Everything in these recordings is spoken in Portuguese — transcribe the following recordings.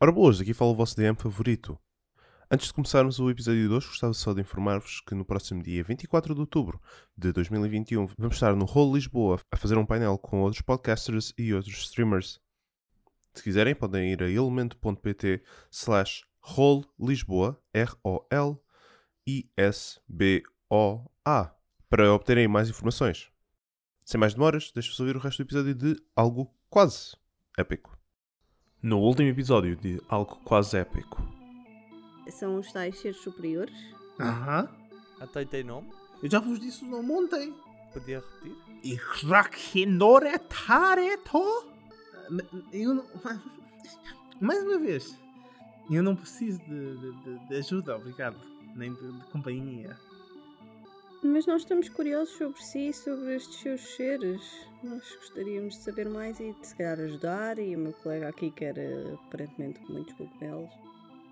Ora boas, aqui fala o vosso DM favorito. Antes de começarmos o episódio de hoje, gostava só de informar-vos que no próximo dia 24 de outubro de 2021 vamos estar no Hall Lisboa a fazer um painel com outros podcasters e outros streamers. Se quiserem, podem ir a elemento.pt slash Rol Lisboa, R-O-L-I-S-B-O-A, para obterem mais informações. Sem mais demoras, deixo-vos ouvir o resto do episódio de algo quase épico. No último episódio de algo quase épico. São os tais seres superiores. Aham. Até tem nome? Eu já vos disse o nome ontem. Podia repetir? Irrakinorethareto? Ah, Eu não... Mais uma vez. Eu não preciso de, de- de- de ajuda, obrigado. Nem de, de companhia. Mas nós estamos curiosos sobre si e sobre estes seus seres. Nós gostaríamos de saber mais e de se calhar ajudar. E o meu colega aqui quer eh, aparentemente muitos cogumelos.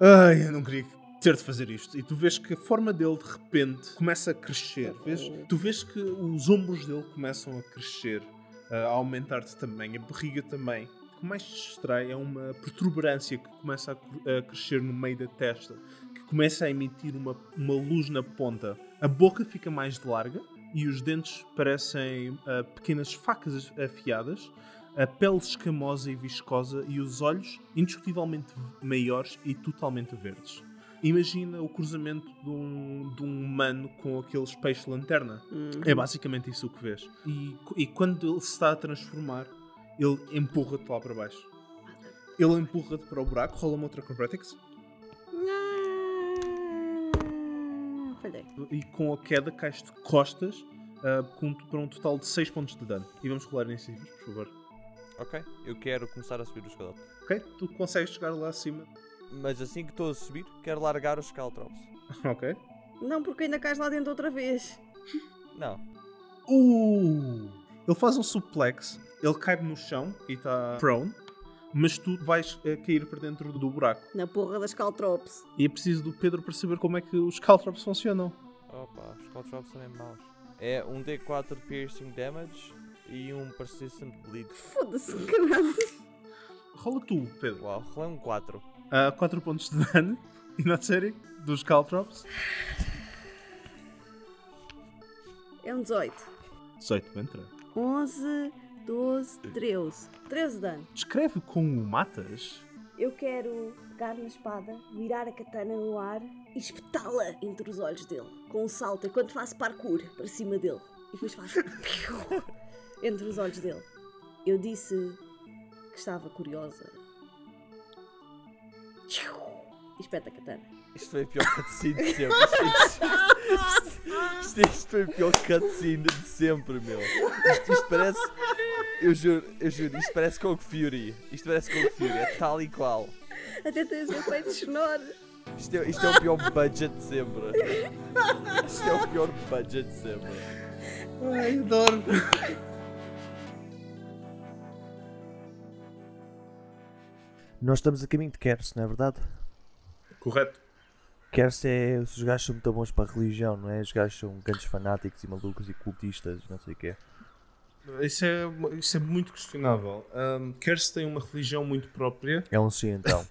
Ai, eu não queria ter de fazer isto. E tu vês que a forma dele de repente começa a crescer. Vês? Tu vês que os ombros dele começam a crescer, a aumentar de tamanho, a barriga também. O que mais te distrai é uma protuberância que começa a, cr- a crescer no meio da testa, que começa a emitir uma, uma luz na ponta. A boca fica mais larga e os dentes parecem ah, pequenas facas afiadas a pele escamosa e viscosa e os olhos indiscutivelmente maiores e totalmente verdes. Imagina o cruzamento de um, de um humano com aqueles peixes de lanterna. Hum. É basicamente isso que vês. E, e quando ele se está a transformar, ele empurra-te lá para baixo. Ele empurra-te para o buraco, rola-me outra acrobatics Ah, Falhei. e com a queda cais de costas ah, com, para um total de 6 pontos de dano. E vamos rolar iniciativas, por favor. Ok, eu quero começar a subir o escalão. Ok? Tu consegues chegar lá acima. Mas assim que estou a subir, quero largar os caltrops. Ok? Não, porque ainda cais lá dentro outra vez. Não. Uh! Ele faz um suplex, ele cai no chão e está prone, mas tu vais eh, cair para dentro do buraco. Na porra das caltrops. E é preciso do Pedro para saber como é que os caltrops funcionam. Opa, os caltrops são mesmo maus. É um D4 piercing damage e um persistent bleed. Foda-se, caralho. Rola tu, Pedro. Uau, rolei um 4. Ah, 4 pontos de dano, e na série, dos caltrops. É um 18. 18, entra. 11, 12, 13. 13 dano. Descreve como o matas. Eu quero pegar na espada, virar a katana no ar e espetá-la entre os olhos dele, com um salto, enquanto faço parkour para cima dele. E depois faço entre os olhos dele. Eu disse que estava curiosa. E espeta a katana. Isto foi a pior cutscene de sempre. Isto, isto- isto- isto foi a pior cutscene de sempre, meu. Isto, isto parece. Eu juro, eu juro, isto parece Kong Fury. Isto parece Kong Fury, é tal e qual. Até tens um efeitos sonoros. Isto é, isto é o pior budget de sempre. Isto é o pior budget de sempre. Ai, adoro. Nós estamos a caminho de Kers, não é verdade? Correto. Kers é. Os gajos são muito bons para a religião, não é? Os gajos são grandes fanáticos e malucos e cultistas, não sei o quê. Isso é, isso é muito questionável. Um, Kerse tem uma religião muito própria, É um sim então.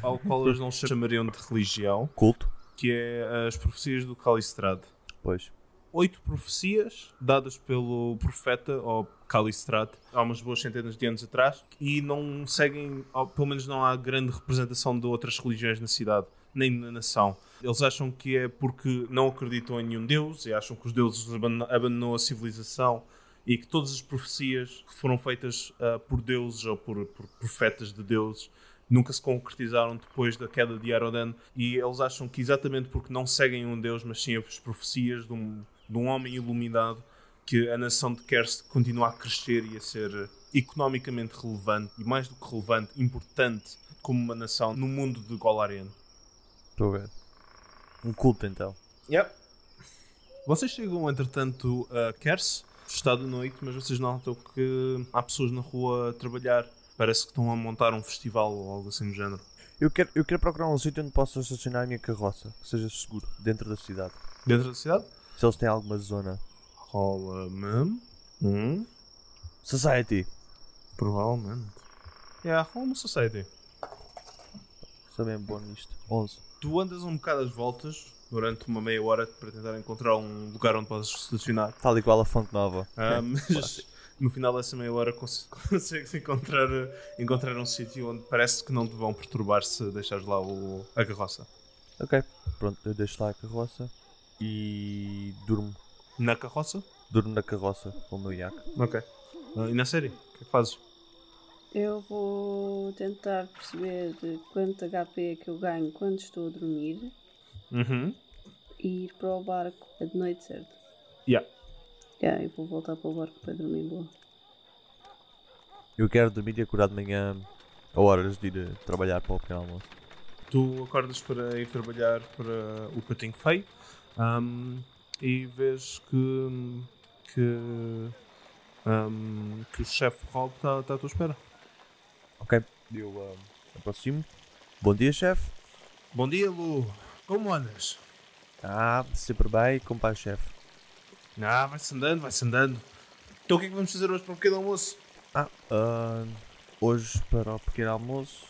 ao qual eles não chamariam de religião. Culto? que é as profecias do Calistrado. Pois. Oito profecias dadas pelo profeta ou Calistrado há umas boas centenas de anos atrás e não seguem, ou pelo menos não há grande representação de outras religiões na cidade, nem na nação. Eles acham que é porque não acreditam em nenhum deus e acham que os deuses os abandon- abandonou a civilização e que todas as profecias que foram feitas ah, por deuses ou por, por profetas de deuses nunca se concretizaram depois da queda de Arodan e eles acham que exatamente porque não seguem um deus, mas sim as profecias de um, de um homem iluminado que a nação de Kerst continua a crescer e a ser economicamente relevante e mais do que relevante, importante como uma nação no mundo de Golarion. Estou a ver. Um culto então. Yep. Vocês chegam, entretanto, a Kers. Está de noite, mas vocês notam que há pessoas na rua a trabalhar. Parece que estão a montar um festival ou algo assim do género. Eu quero, eu quero procurar um sítio onde possa estacionar a minha carroça, que seja seguro, dentro da cidade. Dentro da cidade? Se eles têm alguma zona. Rola-me. Hum? Society! Provavelmente. É, yeah, rola-me Society. Sou mesmo bom nisto. 11. Tu andas um bocado às voltas durante uma meia hora para tentar encontrar um lugar onde podes estacionar. Tal e qual a fonte nova. Ah, mas no final dessa meia hora cons- consegues encontrar, encontrar um sítio onde parece que não te vão perturbar se deixares lá o, a carroça. Ok. Pronto, eu deixo lá a carroça e durmo. Na carroça? Durmo na carroça com o meu iaco. Ok. e na série? O que é que fazes? Eu vou tentar perceber quanto HP é que eu ganho quando estou a dormir Uhum. e ir para o barco é de noite, certo? Yeah. Yeah, eu vou voltar para o barco para dormir boa. Eu quero dormir e acordar de manhã a horas de ir a trabalhar para o pequeno almoço. Tu acordas para ir trabalhar para o Patinho Feio ahm, um, e vês que, que, ahm, que o chefe Rob está à tua espera. Ok. Eu ah, aproximo. Bom dia, chefe. Bom dia, Lu. Como andas? Ah, sempre bem. Como vai, chefe? Ah, vai-se andando, vai-se andando. Então o que é que vamos fazer hoje para o pequeno almoço? Ah, ah, hoje para o pequeno almoço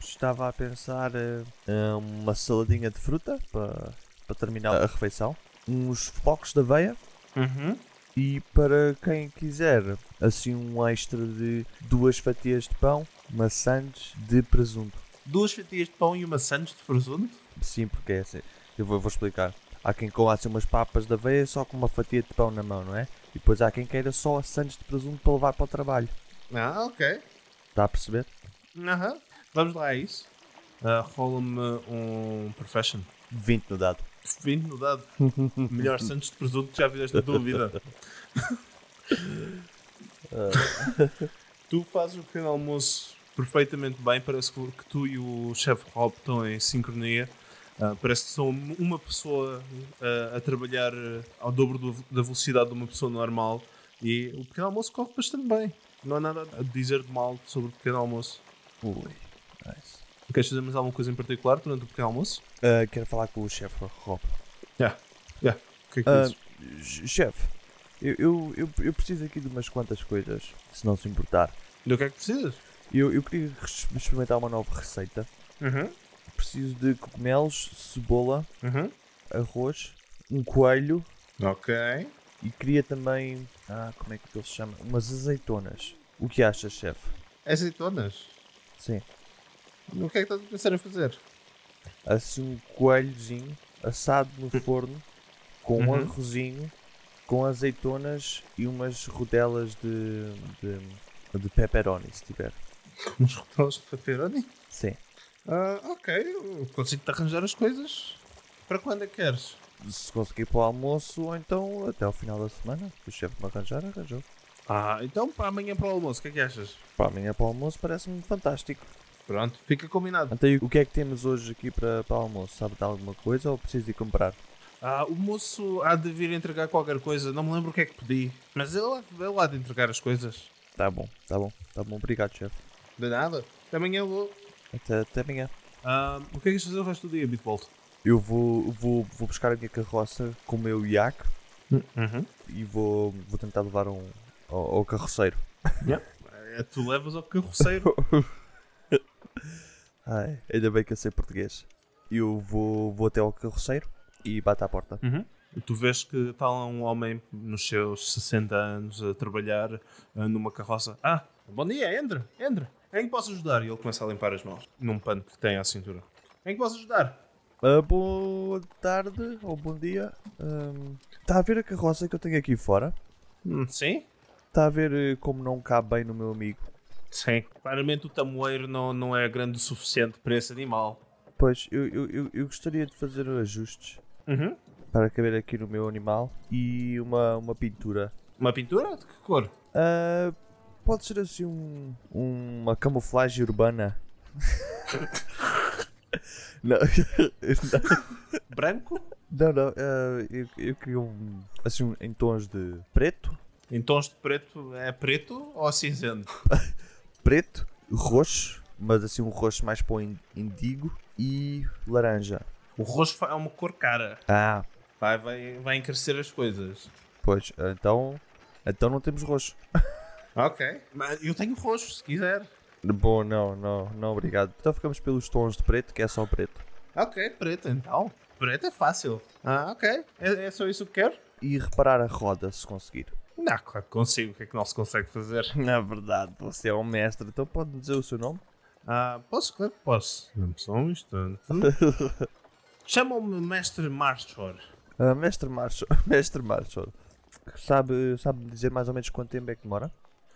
estava a pensar eh, eh, uma saladinha de fruta para, para terminar a refeição, uns flocos de aveia Uhum. e para quem quiser, assim um extra de duas fatias de pão, maçãs de presunto. Duas fatias de pão e uma sandes de presunto? Sim, porque é assim. Eu vou, vou explicar. Há quem coma assim umas papas de aveia só com uma fatia de pão na mão, não é? E depois há quem queira só sandes de presunto para levar para o trabalho. Ah, ok. Está a perceber? Aham. Vamos lá, é isso? Ah, Rola-me um Profession. 20 no dado. 20 no dado. Melhor sandes de presunto que já fizeste na tua vida. Ah. tu fazes o pequeno almoço perfeitamente bem. Parece que que tu e o chefe Rob estão em sincronia. Ah, parece que são uma pessoa ah, a trabalhar ah, ao dobro do- da velocidade de uma pessoa normal. E o pequeno almoço corre bastante bem. Não há nada a dizer de mal sobre o pequeno almoço. Ui, nice. Queres fazer mais alguma coisa em particular durante o pequeno almoço? Ah, quero falar com o chefe Rob. Já. Já. O que é que Ah, dizes? ch- chefe, eu, eu, eu, eu preciso aqui de umas quantas coisas, se não se importar. Do que é que precisas? Eu, eu queria res- experimentar uma nova receita. Uhum. Preciso de cogumelos, cebola, Uhum. arroz, um coelho Ok. e queria também. Ah, como é que ele se chama? Umas azeitonas. O que achas, chefe? Azeitonas? Sim. O que é que estás a pensar em fazer? Assim, um coelhozinho assado no forno com um Uhum. arrozinho, com azeitonas e umas rodelas de, de, de pepperoni, se tiver. Uns rotelos de pepperoni? Sim. Ah, ok. eu Consigo-te arranjar as coisas. Para quando é que queres? se conseguir para o almoço ou então até ao final da semana. Se o chefe me arranjar, arranjou. Ah, então para amanhã para o almoço, o que é que achas? Para amanhã para o almoço parece-me fantástico. Pronto, fica combinado. Então, e o que é que temos hoje aqui para, para o almoço? Sabe de alguma coisa ou preciso ir comprar? Ah, o moço há de vir entregar qualquer coisa, não me lembro o que é que pedi. Mas ele, há- ele há de entregar as coisas. Tá bom, tá bom, tá bom. Obrigado, chefe. De nada. Até amanhã vou. Até, até amanhã. Ah, o que é que vais fazer o resto do dia, Bitbolt? Eu vou, vou, vou buscar a minha carroça com o meu iaco Uhum. e vou, vou tentar levar um ao, ao carroceiro. É, tu levas ao carroceiro. Ai, ainda bem que eu sei português. Eu vou, vou até ao carroceiro e bato à porta. tu vês que está lá um homem nos seus 60 anos a trabalhar ah, numa carroça. Ah, bom dia, entra, entra. Em que posso ajudar? E ele começa a limpar as mãos num pano que tem à cintura. Em que posso ajudar? Ah, boa tarde ou bom dia. Está a ver a carroça que eu tenho aqui fora? Hum, sim? Está a ver eh, como não cabe bem no meu amigo? Sim. Claramente o tamoeiro não, não é grande o suficiente para esse animal. Pois, eu, eu, eu, eu gostaria de fazer ajustes Uhum. para caber aqui no meu animal e uma, uma pintura. Uma pintura? De que cor? Ah, pode ser assim um, uma camuflagem urbana. não, Branco? não, não ah, eu, eu queria um, assim um- em tons de preto, Em tons de preto? É preto ou cinzento? preto, roxo, mas assim um roxo mais para o in- indigo e laranja. O roxo é uma cor cara. Ah, Vai, vai, vai encarecer as coisas. pois, então, então não temos roxo. Ok. Mas eu tenho roxo, se quiser. Bom, não, não, não, obrigado. Então ficamos pelos tons de preto, que é só preto. Ok, preto então. Preto é fácil. Ah, ok. É, é só isso que quero? E reparar a roda, se conseguir. Não, claro que consigo. O que é que não se consegue fazer? Na verdade, você é um mestre, então pode dizer o seu nome? Ah, posso? Claro que posso. Dê-me só um instante. Chamam-me Mestre Marchor. Ah, mestre Marshall, mestre Marshall, sabe, sabe dizer mais ou menos quanto tempo é que demora?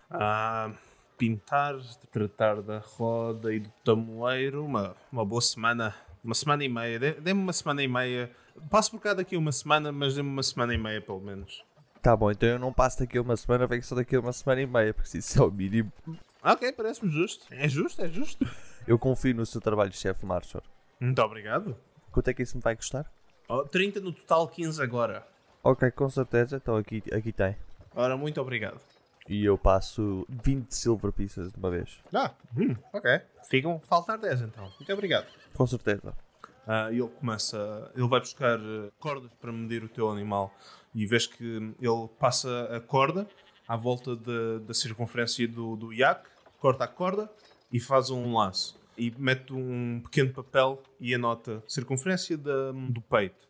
Ah, pintar, tratar da roda e do tamoeiro. Uma, uma boa semana. Uma semana e meia. Dê- Dê-me uma semana e meia. Passo por cá daqui uma semana, mas dê-me uma semana e meia pelo menos. Tá bom, então eu não passo daqui a uma semana, venho só daqui a uma semana e meia, porque isso é o mínimo. Ok, parece-me justo. É justo, é justo. Eu confio no seu trabalho, chefe Marshall. Muito obrigado. Quanto é que isso me vai custar? Oh, 30 no total, 15 agora. Ok, com certeza, então aqui, aqui tem. Ora, muito obrigado. E eu passo 20 silver pieces de uma vez. Ah, hum, ok. Ficam a faltar 10 então. Muito obrigado. Com certeza. Ah, e ele começa, ele vai buscar eh, cordas para medir o teu animal e vês que ele passa a corda à volta da- da circunferência do, do iaque, corta a corda e faz um laço e mete um pequeno papel e anota circunferência da- do peito.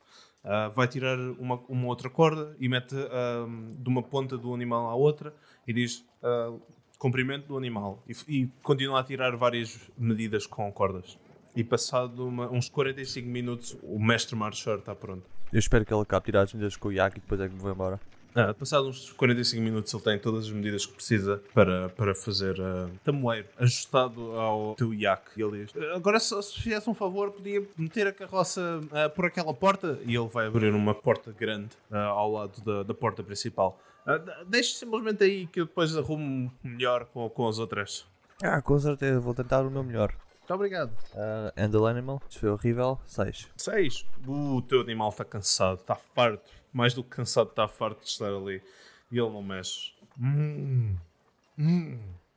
Ah, vai tirar uma, uma outra corda e mete ah, de uma ponta do animal à outra e diz ah, comprimento do animal e, f- e continua a tirar várias medidas com cordas. E passado uma- uns 45 minutos, o mestre Marchor está pronto. Eu espero que ele acabe de tirar as medidas com o Iac e depois é que me vou embora. Ah, passado uns 45 minutos, ele tem todas as medidas que precisa para, para fazer ah, tamoeiro ajustado ao teu iaque. E ele diz: "Ah, Agora, se, se fizesse um favor, podia meter a carroça ah, por aquela porta. E ele vai abrir uma porta grande ah, ao lado da, da porta principal. Ah, de- deixe simplesmente aí que eu depois arrumo melhor com, com as outras. Ah, com certeza, vou tentar o meu melhor. Muito obrigado. Ah, and the Animal, isso foi horrível, 6. 6. O teu animal está cansado, está farto. Mais do que cansado, está farto de estar ali. E ele não mexe.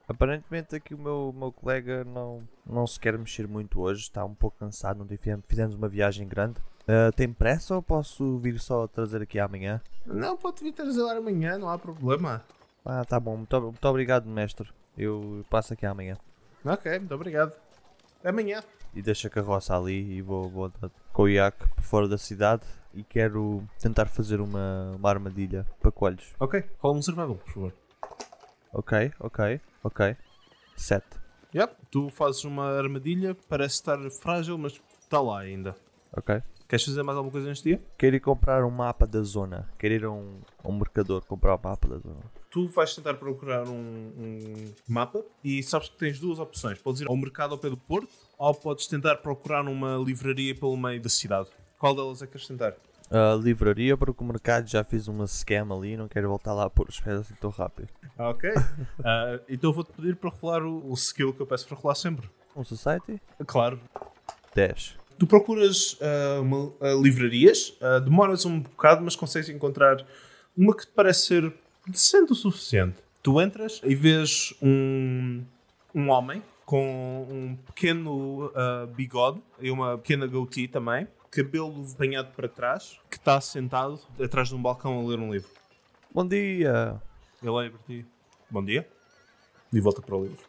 Aparentemente aqui o meu, meu colega não, não se quer mexer muito hoje, está um pouco cansado, não tive- fizemos uma viagem grande. Ah, tem pressa ou posso vir só trazer aqui amanhã? Não, pode vir trazer lá amanhã, não há problema. Ah, tá bom, muito, muito obrigado mestre, eu passo aqui amanhã. Ok, muito obrigado. Amanhã. E deixo a carroça ali e vou, vou andar com o iac para fora da cidade e quero tentar fazer uma, uma armadilha para coelhos. Ok, rola um survival, por favor. Ok, ok, ok. 7. Yep. Tu fazes uma armadilha, parece estar frágil, mas está lá ainda. Ok. Queres fazer mais alguma coisa neste dia? Quero ir comprar um mapa da zona. Quero ir a um, a um mercador comprar um mapa da zona. Tu vais tentar procurar um, um mapa e sabes que tens duas opções. Podes ir ao mercado ao pé do Porto ou podes tentar procurar uma livraria pelo meio da cidade. Qual delas é que queres tentar? A livraria, porque o mercado já fiz uma scam ali e não quero voltar lá a pôr os pés assim tão rápido. Ok. Ah, então vou-te pedir para rolar o, o skill que eu peço para rolar sempre. Um Society? Claro. 10. Tu procuras ah, uma- ah, livrarias, ah, demoras um bocado, mas consegues encontrar uma que te parece ser decente o suficiente. Tu entras e vês um, um homem com um pequeno ah, bigode e uma pequena goatee também, cabelo apanhado para trás, que está sentado atrás de um balcão a ler um livro. Bom dia! Ele olha para ti. Bom dia. E volta para o livro.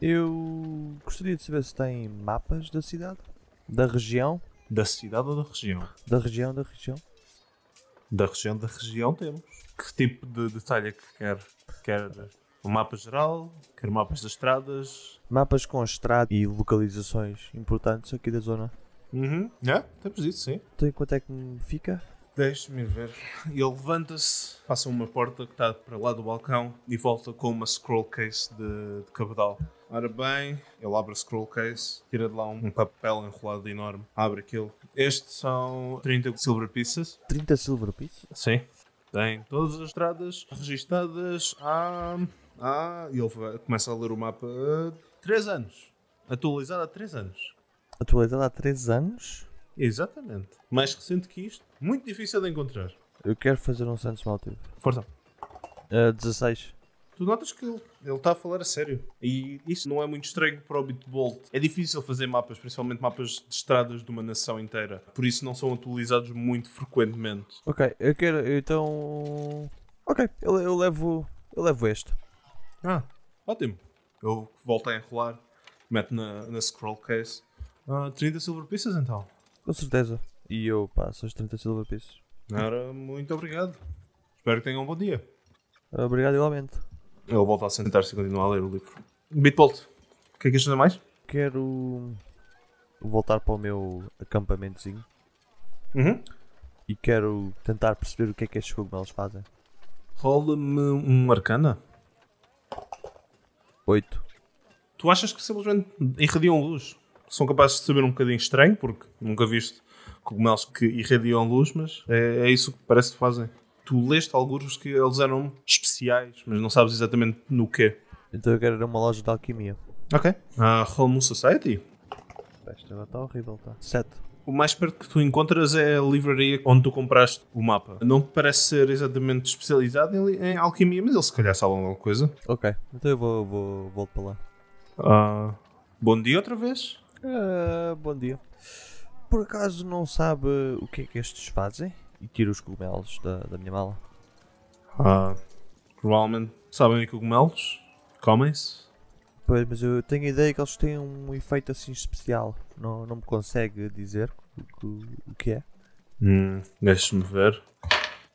Eu gostaria de saber se tem mapas da cidade? Da região? Da cidade ou da região? Da região, da região? Da região da região temos. Que tipo de detalhe é que quer? Quer o mapa geral? Quer mapas das estradas? Mapas com estrada e localizações importantes aqui da zona. Uhum. É, temos isso, sim. Então quanto é que me fica? Deixe-me ver. Ele levanta-se, passa uma porta que está para lá do balcão e volta com uma scroll case de, de cabedal. Ora bem, ele abre a scroll case, tira de lá um papel enrolado enorme, abre aquilo. Estes são 30 silver pieces. 30 silver pieces? Sim. Tem todas as estradas registadas há. há e ele vai- começa a ler o mapa há 3 anos. Atualizado há 3 anos. Atualizado há 3 anos? Exatamente. Mais recente que isto, muito difícil de encontrar. Eu quero fazer um Santos Motive. Força. Ah, 16. Tu notas que ele ele está a falar a sério. E isso não é muito estranho para o Bitbolt. É difícil fazer mapas, principalmente mapas de estradas de uma nação inteira. Por isso não são atualizados muito frequentemente. Ok, eu quero. Então. Ok, eu, eu levo. Eu levo este. Ah, ótimo. Eu volto a enrolar, meto na, na scroll case. Ah, 30 silver pieces então. Com certeza. E eu passo as 30 silver pieces. Ora, muito obrigado. Espero que tenham um bom dia. Obrigado igualmente. Ele volta a sentar-se e continua a ler o livro. Bitbolt, o que é que achas de mais? Quero voltar para o meu acampamentozinho Uhum. e quero tentar perceber o que é que estes cogumelos fazem. Rola-me um arcana. 8. Tu achas que simplesmente irradiam luz? São capazes de saber um bocadinho estranho, porque nunca viste cogumelos que irradiam luz, mas é, é isso que parece que fazem. Tu leste alguns que eles eram especiais, mas não sabes exatamente no quê. Então eu quero ir a uma loja de alquimia. Ok. A Home Society. Esta agora está horrível, tá? 7. O mais perto que tu encontras é a livraria onde tu compraste o mapa. Não parece ser exatamente especializado em, li- em alquimia, mas eles se calhar sabem alguma coisa. Ok, então eu vou, vou volto para lá. Ah, bom dia outra vez. Ah, bom dia. Por acaso não sabe o que é que estes fazem? E tiro os cogumelos da, da minha mala. Ah, provavelmente sabem é cogumelos. Comem-se. Pois, mas eu tenho a ideia que eles têm um efeito assim especial. Não, não me consegue dizer o que, o que é. Hum, Deixa-me ver.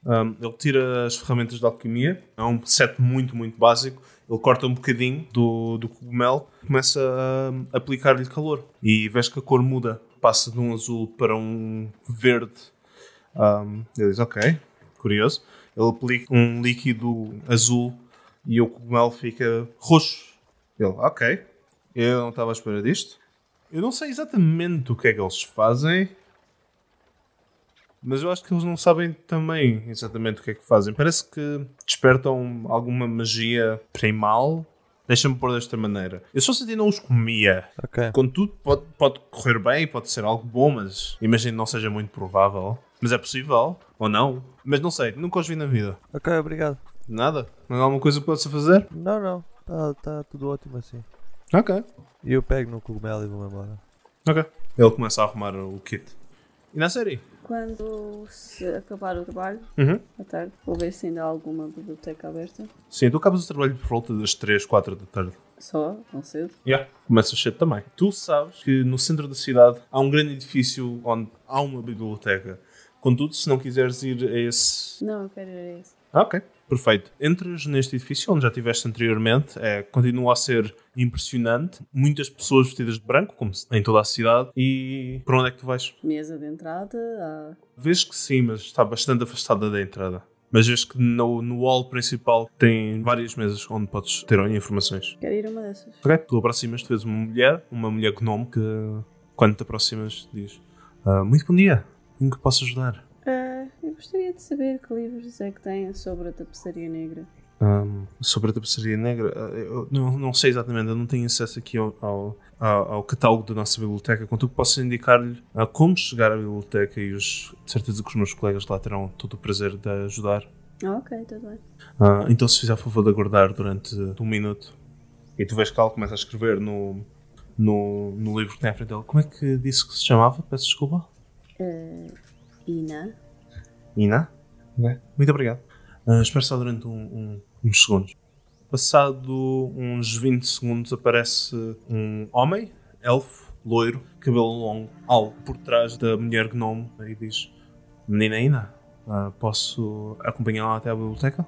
Ahm, ele tira as ferramentas de alquimia. É um set muito, muito básico. Ele corta um bocadinho do, do cogumelo, começa a hum, aplicar-lhe calor. E vês que a cor muda. Passa de um azul para um verde. Ahm, ele diz: Ok, curioso. Ele aplica um líquido azul e o cogumelo fica roxo. Ele: Ok, eu não estava à espera disto. Eu não sei exatamente o que é que eles fazem, mas eu acho que eles não sabem também exatamente o que é que fazem. Parece que despertam alguma magia primal. Deixa-me pôr desta maneira. Eu só senti não os comia. Ok. Contudo, pode, pode correr bem, pode ser algo bom, mas imagino que não seja muito provável. Mas é possível, ou não. Mas não sei, nunca os vi na vida. Ok, obrigado. Nada. Não há alguma coisa que possa fazer? Não, não. Está tá tudo ótimo assim. Ok. E eu pego no cogumelo e vou-me embora. Ok. Ele começa a arrumar o kit. E na série? Quando se acabar o trabalho, Uhum. à tarde, vou ver se ainda há alguma biblioteca aberta. Sim, tu acabas o trabalho por volta das 3, 4 da tarde. Só, não cedo. Yeah. Começas cedo também. Tu sabes que no centro da cidade há um grande edifício onde há uma biblioteca. Contudo, se não quiseres ir a esse Não, eu quero ir a esse. ah, ok. Perfeito. Entras neste edifício onde já estiveste anteriormente, é, continua a ser impressionante. Muitas pessoas vestidas de branco, como se- em toda a cidade. E para onde é que tu vais? Mesa de entrada, há Vês que sim, mas está bastante afastada da entrada. Mas vês que no, no hall principal tem várias mesas onde podes ter informações. Quero ir a uma dessas. Ok, tu aproximas, tu vês uma mulher, uma mulher gnome que quando te aproximas diz "Ah, Muito bom dia, em que posso ajudar? Ah, eu gostaria de saber que livros é que têm sobre a tapeçaria negra. Ahm, Ah, sobre a tapeçaria negra, ah, eu não, não sei exatamente, eu não tenho acesso aqui ao, ao, ao- ao catálogo da nossa biblioteca, contudo que posso indicar-lhe ah, como chegar à biblioteca e os, de certeza que os meus colegas lá terão todo o prazer de ajudar. Ah, ok, tudo bem. Ah, então, se fizer favor de aguardar durante um minuto e tu vês que ela começa a escrever no, no, no livro que tem à frente dela, como é que disse que se chamava? Peço desculpa. Ah, Ina, Ina? Né? Muito obrigado. Ah, espero só durante um- um- uns segundos. Passado uns 20 segundos aparece um homem, elfo, loiro, cabelo longo, algo por trás da mulher gnome e diz Menina Ina, ah, posso acompanhá-la até à biblioteca?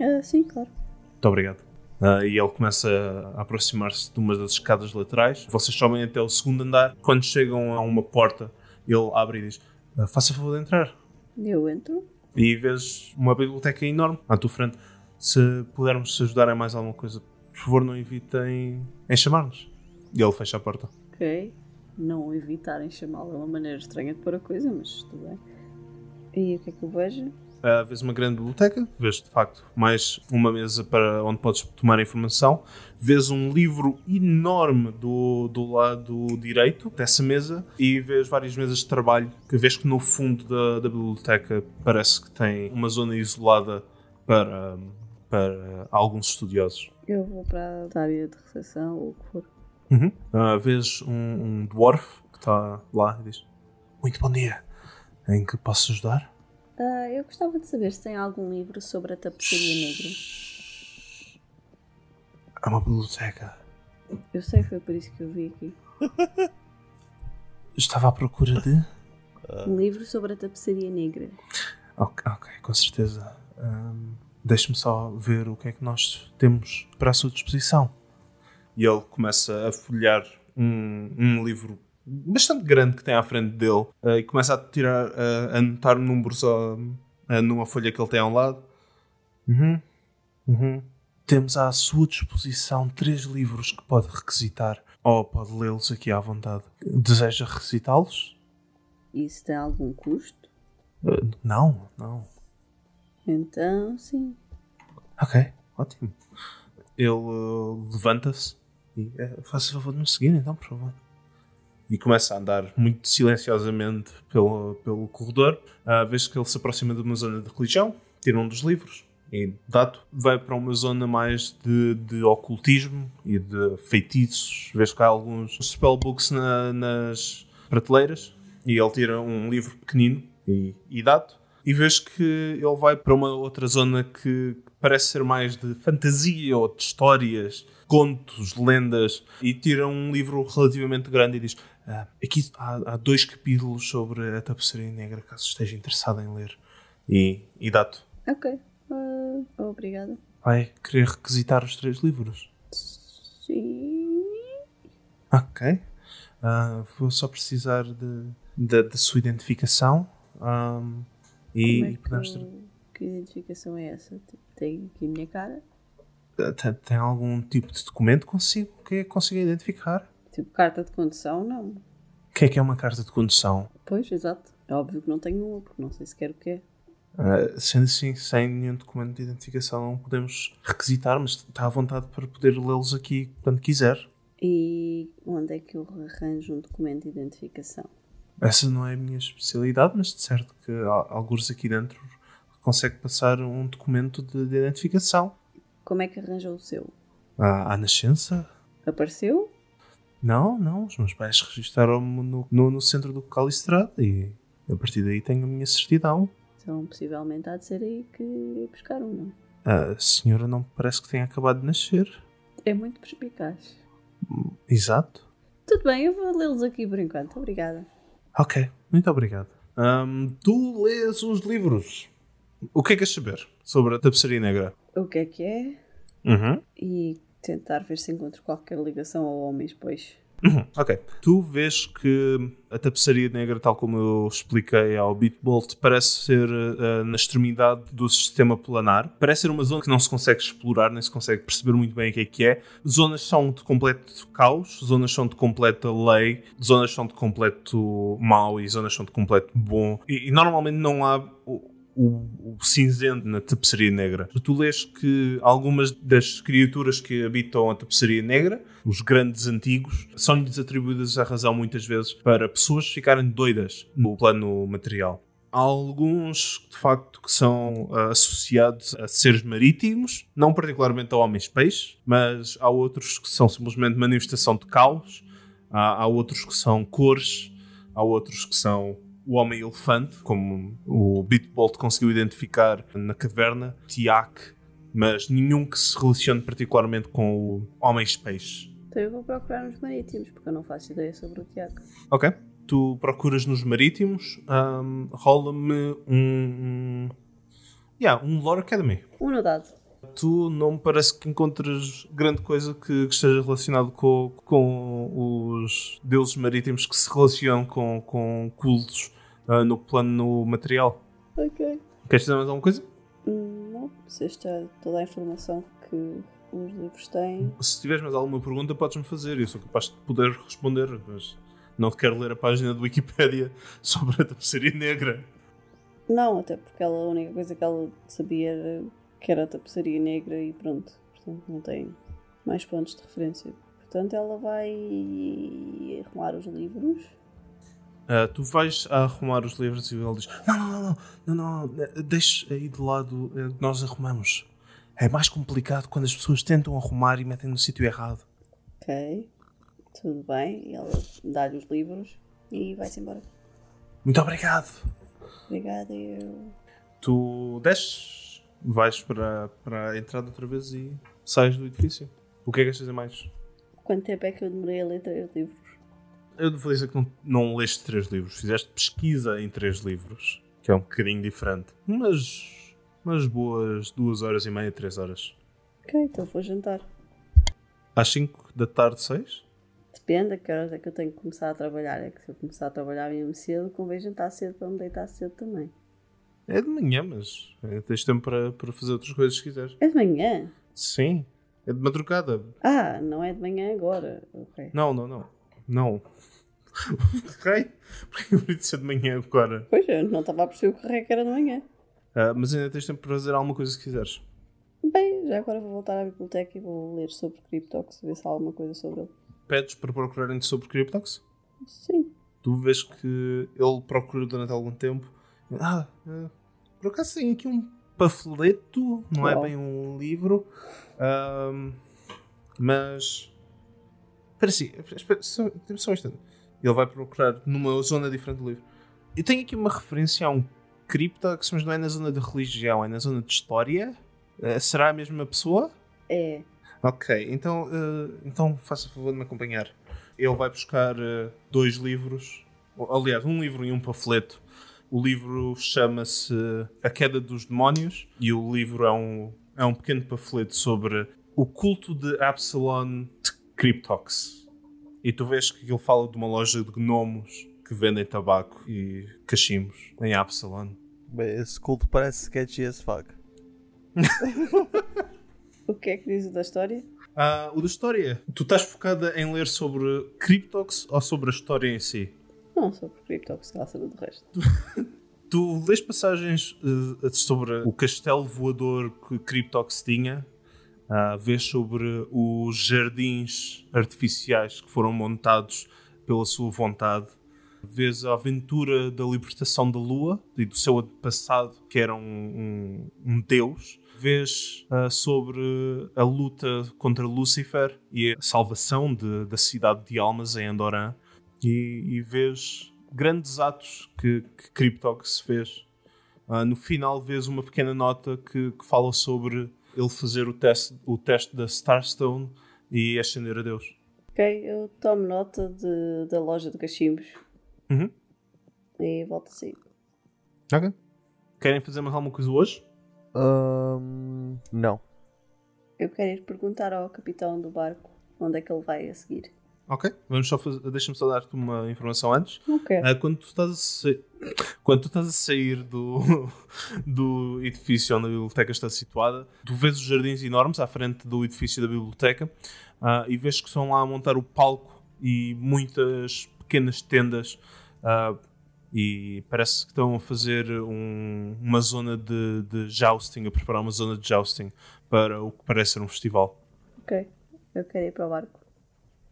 Ah, sim, claro. Muito obrigado. Ah, e ele começa a aproximar-se de uma das escadas laterais. Vocês sobem até o segundo andar. Quando chegam a uma porta, ele abre e diz: "Ah, Faça favor de entrar Eu entro. e vês uma biblioteca enorme à tua frente. Se pudermos te ajudar em mais alguma coisa, por favor, não evitem em chamar-nos. E ele fecha a porta. Ok. Não evitarem chamá-la é uma maneira estranha de pôr a coisa, mas tudo bem. E o que é que eu vejo? Ah, vês uma grande biblioteca, vês de facto mais uma mesa para onde podes tomar informação, vês um livro enorme do, do lado direito dessa mesa e vês várias mesas de trabalho que vês que no fundo da, da biblioteca parece que tem uma zona isolada para, para alguns estudiosos. Eu vou para a área de recepção ou o que for. Uhum. Ah, vês um, um dwarf que está lá e diz: Muito bom dia, em que posso ajudar? Ah, eu gostava de saber se tem algum livro sobre a tapeçaria negra. É uma biblioteca. Eu sei que foi por isso que eu vim aqui. Estava à procura de. Um livro sobre a tapeçaria negra. Ok, ok, com certeza. Ahm, Deixe-me só ver o que é que nós temos para a sua disposição. E ele começa a folhear um, um livro bastante grande que tem à frente dele eh, e começa a tirar, eh, a anotar números ah, ah, numa folha que ele tem ao lado. Uhum, uhum. Temos à sua disposição três livros que pode requisitar ou pode lê-los aqui à vontade. Deseja requisitá-los? Isso tem algum custo? Eh, não, não. Então, sim. Ok, ótimo. Ele uh, levanta-se e eh, faça favor de me seguir, então, por favor. E começa a andar muito silenciosamente pelo, pelo corredor. A vez que ele se aproxima de uma zona de religião, tira um dos livros e, dado, vai para uma zona mais de, de ocultismo e de feitiços. Vês que há alguns spellbooks na- nas prateleiras e ele tira um livro pequenino e, e dado e vês que ele vai para uma outra zona que parece ser mais de fantasia ou de histórias, contos, lendas, e tira um livro relativamente grande e diz: "Ah, Aqui há, há dois capítulos sobre a tapeçaria negra, caso esteja interessado em ler. E, e dá-te. Ok. Ah, obrigada. Vai querer requisitar os três livros. Sim. Ok. Ah, vou só precisar de, de- da sua identificação. ah, e Como é e podemos que, tra- eu- que identificação é essa? Tipo, Tem aqui a minha cara? Tem, tem algum tipo de documento consigo que consiga identificar? Tipo, carta de condução? Não. O que é que é uma carta de condução? Pois, exato. É óbvio que não tenho uma, porque não sei sequer o que é. Ah, sendo assim, sem nenhum documento de identificação, não podemos requisitar, mas está à vontade para poder lê-los aqui quando quiser. E onde é que eu arranjo um documento de identificação? Essa não é a minha especialidade, mas de certo que al- alguns aqui dentro consegue passar um documento de, de identificação. Como é que arranjou o seu? Ah, à nascença? Apareceu? Não, não. Os meus pais registaram-me no, no, no centro do Calistrado e a partir daí tenho a minha certidão. Então, possivelmente há de ser aí que irei buscar um, não? A senhora não parece que tenha acabado de nascer. É muito perspicaz. Exato. Tudo bem, eu vou lê-los aqui por enquanto. Obrigada. Ok, muito obrigado. tu lês os livros. O que é que queres saber sobre a tapeçaria negra? O que é que é? Uhum. E tentar ver se encontro qualquer ligação a homens, pois. Ok. Uhum. Tu vês que a tapeçaria negra, tal como eu expliquei ao Bitbolt, parece ser eh, na extremidade do sistema planar. Parece ser uma zona que não se consegue explorar, nem se consegue perceber muito bem o que é que é. Zonas são de completo caos, zonas são de completa lei, zonas são de completo mau e zonas são de completo bom. E, e normalmente não há o- o, o cinzento na tapeçaria negra. Tu lês que algumas das criaturas que habitam a tapeçaria negra, os grandes antigos, são-lhes atribuídas a razão muitas vezes para pessoas ficarem doidas no plano material. Há alguns, de facto, que são ah, associados a seres marítimos, não particularmente a homens-peixes, mas há outros que são simplesmente manifestação de caos, há, há outros que são cores, há outros que são o Homem-Elefante, como o Bitbolt conseguiu identificar na caverna, Tiak, mas nenhum que se relacione particularmente com o Homens-Peixe. Então eu vou procurar nos marítimos, porque eu não faço ideia sobre o Tiago. Ok. Tu procuras nos marítimos, ahm, rola-me um. um yeah, um Lore Academy. Um no dado. Tu não me parece que encontres grande coisa que, que esteja relacionado com, com os deuses marítimos que se relacionam com, com cultos ah, no plano material. Ok. Queres dizer mais alguma coisa? Hum, Não, se esta é toda a informação que os livros têm. Se tiveres mais alguma pergunta, podes-me fazer. Eu sou capaz de poder responder, mas não te quero ler a página do Wikipédia sobre a tapeçaria negra. Não, até porque ela, a única coisa que ela sabia era que era a tapeçaria negra e pronto. Portanto, não tem mais pontos de referência. Portanto, ela vai arrumar os livros. Ah, tu vais a arrumar os livros e ele diz: Não, não, não, não, não, não, eh, deixa aí de lado, eh, nós arrumamos. É mais complicado quando as pessoas tentam arrumar e metem no sítio errado. Ok, tudo bem. E ela dá-lhe os livros e vai-se embora. Muito obrigado. Obrigada, eu. Tu desces, vais para, para a entrada outra vez e sais do edifício. O que é que achas a mais? Quanto tempo é que eu demorei a ler três livros? Eu vou dizer que não, não leste três livros. Fizeste pesquisa em três livros, que é um bocadinho diferente. Mas. Mas boas duas horas e meia, três horas. Ok, então vou jantar. Às 5 da tarde, 6? Depende a que horas é que eu tenho que começar a trabalhar. É que se eu começar a trabalhar mesmo cedo, convém jantar cedo para me deitar cedo também. É de manhã, mas é, tens tempo para, para fazer outras coisas se quiseres. É de manhã? Sim, é de madrugada. Ah, não é de manhã agora. Ok. Não, não, não. Não. Rei, porque eu de ser de manhã agora. Pois eu não estava a perceber o que é que era de manhã. Ah, mas ainda tens tempo para fazer alguma coisa se quiseres. Bem, já agora vou voltar à biblioteca e vou ler sobre Cryptox, ver se há alguma coisa sobre ele. Pedes para procurarem sobre Cryptox? Sim. Tu vês que ele procura durante algum tempo. Ah, eh, por acaso tem aqui um panfleto, não é Uau. bem um livro, ahm, mas. Espera aí, espera só, dê-me só um instante. Ele vai procurar numa zona diferente do livro. Eu tenho aqui uma referência a um criptax, mas não é na zona de religião, é na zona de história. Eh, será a mesma pessoa? É. Ok, então, eh, então faça favor de me acompanhar. Ele vai buscar eh, dois livros, ou, aliás, um livro e um panfleto. O livro chama-se A Queda dos Demónios e o livro é um, é um pequeno panfleto sobre o culto de Absalon de Cryptox. E tu vês que ele fala de uma loja de gnomos que vendem tabaco e cachimbos em Absalon. Bem, esse culto parece sketchy as fuck. O que é que diz da história? Ah, o da história. Tu estás focada em ler sobre Cryptox ou sobre a história em si? Não, sobre Cryptox, ela sabe do resto. Tu lês passagens eh, sobre o castelo voador que Cryptox tinha, ah, vês sobre os jardins artificiais que foram montados pela sua vontade, vês a aventura da libertação da Lua e do seu antepassado, que era um, um- um deus, vês ah, sobre a luta contra Lúcifer e a salvação de- da cidade de Almas em Andoran e, e vês grandes atos que, que Cryptox fez. Ah, no final vês uma pequena nota que, que fala sobre ele fazer o teste, o teste da Starstone e ascender a Deus. Ok, eu tomo nota de, da loja de cachimbos. Uhum. E volto a sair. Ok. Querem fazer mais alguma coisa hoje? Ahm, Hum, não. Eu quero ir perguntar ao capitão do barco onde é que ele vai a seguir. Ok. Vamos só fazer. Deixa-me só dar-te uma informação antes. Não quero. Ah, quando, tu estás a sa- quando tu estás a sair do, do edifício onde a biblioteca está situada, tu vês os jardins enormes à frente do edifício da biblioteca ah, e vês que estão lá a montar o palco e muitas pequenas tendas ah, e parece que estão a fazer um- uma zona de, de jousting, a preparar uma zona de jousting para o que parece ser um festival. Ok, eu quero ir para o barco.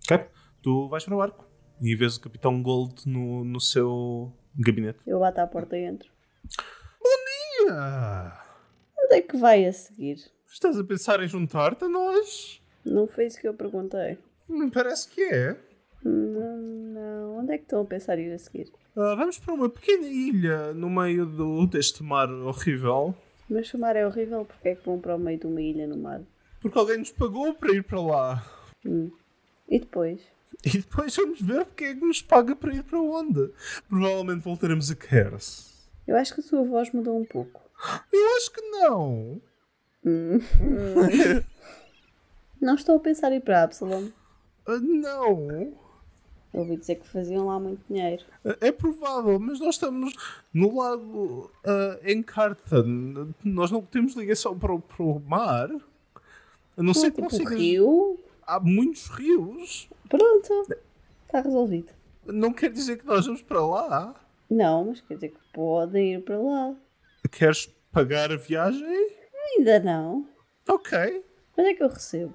Ok? Tu vais para o barco e vês o Capitão Gold no, no seu gabinete. Eu bato à porta e entro. Ah, Onde é que vai a seguir? Estás a pensar em juntar-te a nós? Não foi isso que eu perguntei. Hum, Parece que é. Não, não. Onde é que estão a pensar ir a seguir? Ah, vamos para uma pequena ilha no meio do, deste mar horrível. Mas se o mar é horrível, porque é que vão para o meio de uma ilha no mar? Porque alguém nos pagou para ir para lá. Hum. E depois? E depois vamos ver porque é que nos paga para ir para onde. Provavelmente voltaremos a Kers. Eu acho que a sua voz mudou um pouco. Eu acho que não. Hum. não estou a pensar em ir para Absalom. Ah, não. Ouvi dizer que faziam lá muito dinheiro. Ah, É provável, mas nós estamos no lago ah, em Cartan. Nós não temos ligação para o, para o mar. A não ser que tipo um consigas. rio. Há muitos rios. Pronto. Está resolvido. Não quer dizer que nós vamos para lá. Não, mas quer dizer que podem ir para lá. Queres pagar a viagem? Ainda não. Ok. Quando é que eu recebo?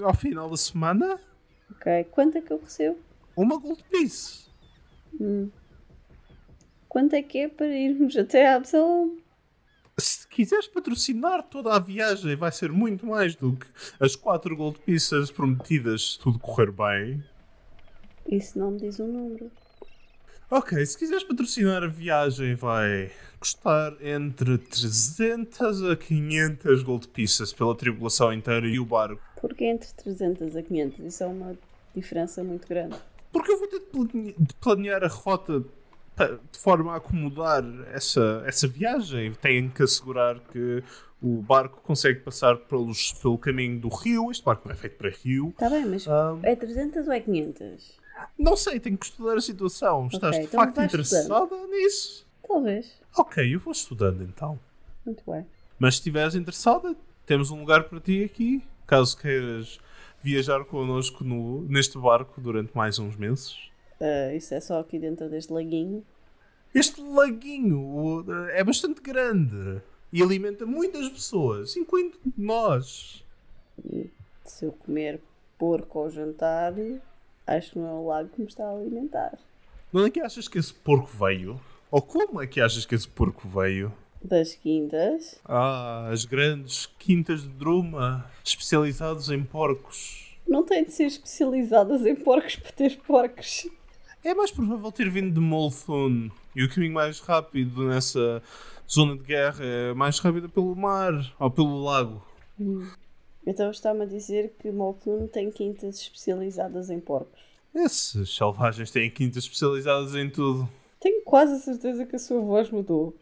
Ao final da semana, Ok. Quanto é que eu recebo? uma gold piece. Hum. Quanto é que é para irmos até Absalom? Se quiseres patrocinar toda a viagem, vai ser muito mais do que as quatro gold pieces prometidas, se tudo correr bem. Isso não me diz um número. Ok, se quiseres patrocinar a viagem, vai custar entre 300 a 500 gold pieces pela tripulação inteira e o barco. Porque é entre 300 a 500. Isso é uma diferença muito grande. Porque eu vou ter de plane- de planear a rota pa- de forma a acomodar essa, essa viagem. Tenho que assegurar que o barco consegue passar pelos, pelo caminho do rio. Este barco não é feito para rio. Está bem, mas Ahm, é 300 ou é 500? não sei, tenho que estudar a situação. Estás de então facto vais interessada nisso? Talvez. Ok, eu vou estudando então. Muito bem. Mas se estiveres interessada, temos um lugar para ti aqui. Caso queiras viajar connosco no, neste barco durante mais uns meses. Ah, isso é só aqui dentro deste laguinho. Este laguinho o- é bastante grande e alimenta muitas pessoas, incluindo nós. Se eu comer porco ao jantar, acho que não é o lago que me está a alimentar. De onde é que achas que esse porco veio? Ou como é que achas que esse porco veio? Das quintas, Ah, as grandes quintas de Druma, especializados em porcos. não tem de ser especializadas em porcos para ter porcos. É mais provável ter vindo de Molthun. E o caminho mais rápido nessa zona de guerra é mais rápido pelo mar ou pelo lago. Então está-me a dizer que Moltuno tem quintas especializadas em porcos. Esses selvagens têm quintas especializadas em tudo. Tenho quase a certeza que a sua voz mudou.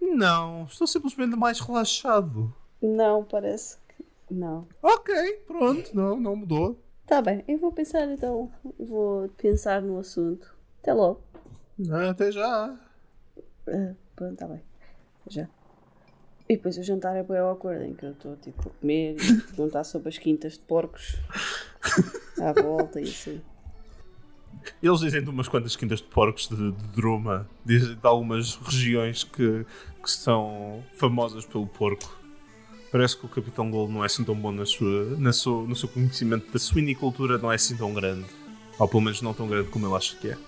Não, estou simplesmente mais relaxado. Não, parece que. Não. Ok, pronto, não, não mudou. Tá bem, eu vou pensar então. Vou pensar no assunto. Até logo. Ah, Até já. Ah, pronto, tá bem. Já. E depois o jantar é bem awkward, em que eu estou tipo a comer e perguntar sobre as quintas de porcos à volta e assim. Eles dizem de umas quantas quintas de porcos de, de Druma. Dizem de algumas regiões que, que são famosas pelo porco. Parece que o Capitão Gold não é assim tão bom na sua, na sua, no seu conhecimento da suinicultura, não é assim tão grande. Ou pelo menos não tão grande como ele acha que é.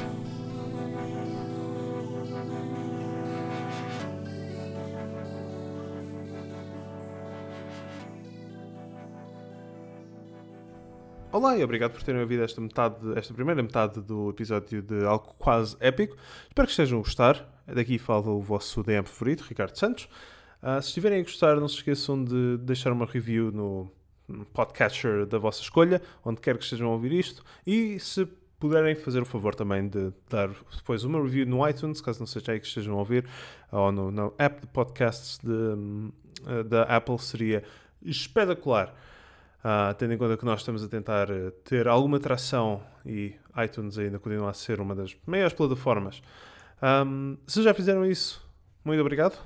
Olá e obrigado por terem ouvido esta metade, esta primeira metade do episódio de algo quase épico. Espero que estejam a gostar. Daqui fala o vosso DM favorito, Ricardo Santos. Ah, se estiverem a gostar, não se esqueçam de deixar uma review no no podcatcher da vossa escolha, onde quer que estejam a ouvir isto. E se puderem fazer o favor também de dar depois uma review no iTunes, caso não seja aí que estejam a ouvir, ou no, na app de podcasts de, hum, ah, da Apple, seria espetacular. Ah, tendo em conta que nós estamos a tentar eh, ter alguma tração e iTunes ainda continua a ser uma das maiores plataformas. Ahm, se já fizeram isso, muito obrigado.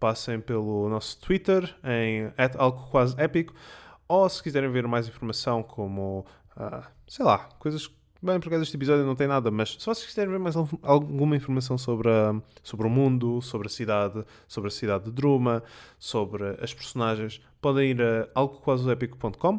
Passem pelo nosso Twitter em algo quase épico ou se quiserem ver mais informação como, ah, sei lá, coisas Bem, por causa deste episódio não tem nada, mas se vocês quiserem ver mais al- alguma informação sobre, a- sobre o mundo, sobre a cidade, sobre a cidade de Druma, sobre as personagens, podem ir a algoquasoepico.com.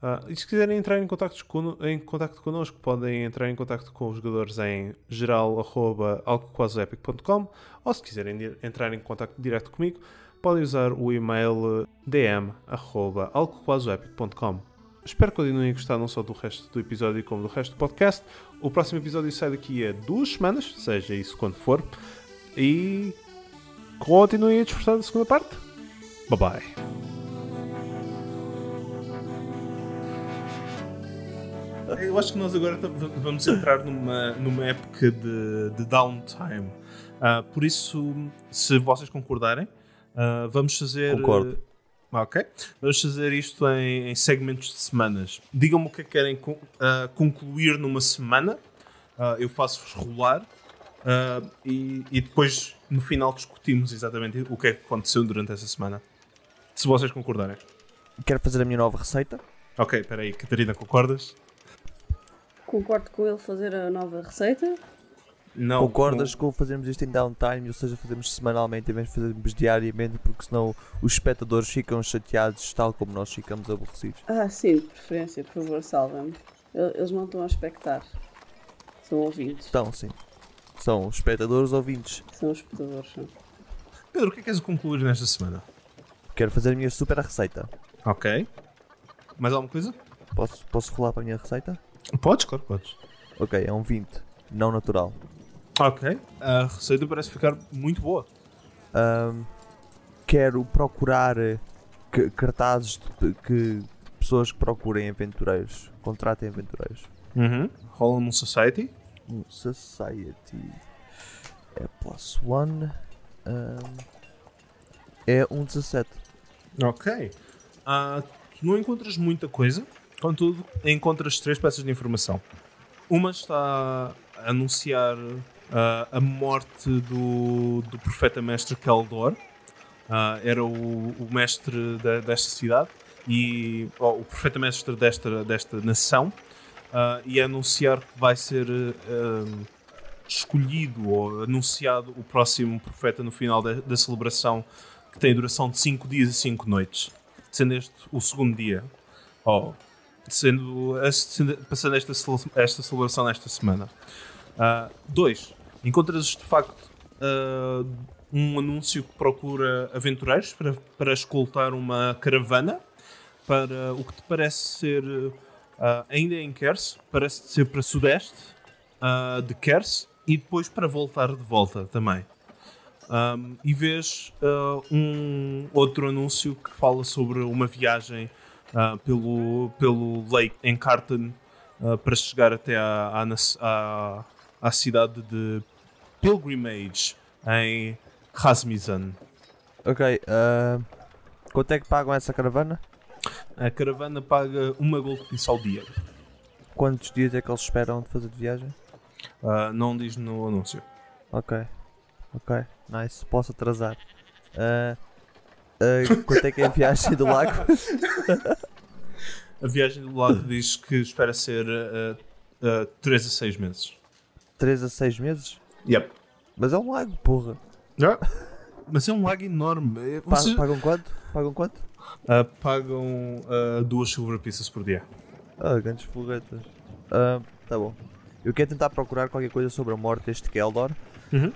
Ah, e se quiserem entrar em contacto, cono- em contacto connosco, podem entrar em contacto com os jogadores em geral.algoquasoepico.com ou se quiserem dir- entrar em contacto direto comigo, podem usar o e-mail dm.algoquasoepico.com. Espero que continuem a gostar não só do resto do episódio como do resto do podcast. O próximo episódio sai daqui a duas semanas, seja isso quando for. E continuem a desfrutar da segunda parte. Bye bye. Eu acho que nós agora tam- v- vamos entrar numa, numa época de, de downtime. Ah, por isso, se vocês concordarem, ah, vamos fazer. Concordo. Ah, Ok. Vamos fazer isto em, em segmentos de semanas. Digam-me o que é que querem con- ah, concluir numa semana. Ah, eu faço-vos rolar. ah, e, e depois, no final, discutimos exatamente o que é que aconteceu durante essa semana. Se vocês concordarem. Quero fazer a minha nova receita. Ok, espera aí, Catarina, concordas? Concordo com ele fazer a nova receita. Não. Concordas com fazermos isto em downtime, ou seja, fazermos semanalmente em vez de fazermos diariamente, porque senão os espectadores ficam chateados, tal como nós ficamos aborrecidos. Ah, sim, de preferência, por favor, salva-me. Eu- Eles não estão a expectar. São ouvintes. Então, sim. São espectadores ouvintes. São os pedadores. são. Pedro, o que é que queres concluir nesta semana? Quero fazer a minha super receita. Ok. Mais alguma coisa? Posso, posso rolar para a minha receita? Podes, claro, podes. Ok, é um 20. Não natural. Ok. A receita parece ficar muito boa. Ahm, quero procurar eh, c- cartazes de pe- que pessoas que procurem aventureiros. Contratem aventureiros. Uhum. Rola num Society. Um Society. É plus one. ahm, é um 17. Ok. Ah, tu não encontras muita coisa, contudo, encontras três peças de informação. Uma está a anunciar ah, a morte do, do profeta mestre Keldor. Ah, era o, o mestre da- desta cidade e oh, o profeta mestre desta, desta nação ah, e a anunciar que vai ser ah, escolhido ou anunciado o próximo profeta no final da- da celebração que tem duração de 5 dias e 5 noites, sendo este o segundo dia, ou sendo, sendo- passando esta, cele- esta celebração nesta semana. 2. encontras de facto ah, um anúncio que procura aventureiros para, para escoltar uma caravana para o que te parece ser ah, ainda em Kers, parece ser para sudeste ah, de Kers e depois para voltar de volta também. Um, e vês uh, um outro anúncio que fala sobre uma viagem uh, pelo, pelo Lake em Carton uh, para chegar até à, à, nas- à- à cidade de Pilgrimage em Rasmizan. Ok. ah, quanto é que pagam essa caravana? A caravana paga uma gold piece ao dia. Quantos dias é que eles esperam de fazer de viagem? Uh, não diz no anúncio. Ok. Ok. Nice. Posso atrasar. Ah, ah, quanto é que é a viagem do lago? A viagem do lado diz que espera ser 3 a 6 meses. 3 a 6 meses? Yep. Mas é um lago, porra. Mas é um lag enorme. É- Pa- vocês- Pagam quanto? Pagam quanto? Uh, pagam uh, duas silver pieces por dia. Ah, grandes foguetas. Ah, tá bom. Eu quero tentar procurar qualquer coisa sobre a morte deste Keldor. Uhum.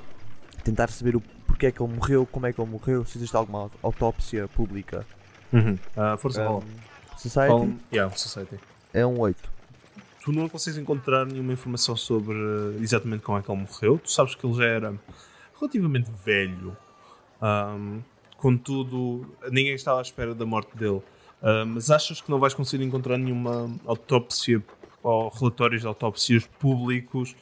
Tentar saber o porquê é que ele morreu, como é que ele morreu, se existe alguma au- autópsia pública. Uh, força, rola. Um, Society Rola- Yeah, society. é um 8. Tu não consegues encontrar nenhuma informação sobre uh, exatamente como é que ele morreu. Tu sabes que ele já era relativamente velho. Um, contudo, ninguém estava à espera da morte dele. Uh, mas achas que não vais conseguir encontrar nenhuma autópsia ou relatórios de autópsias públicos,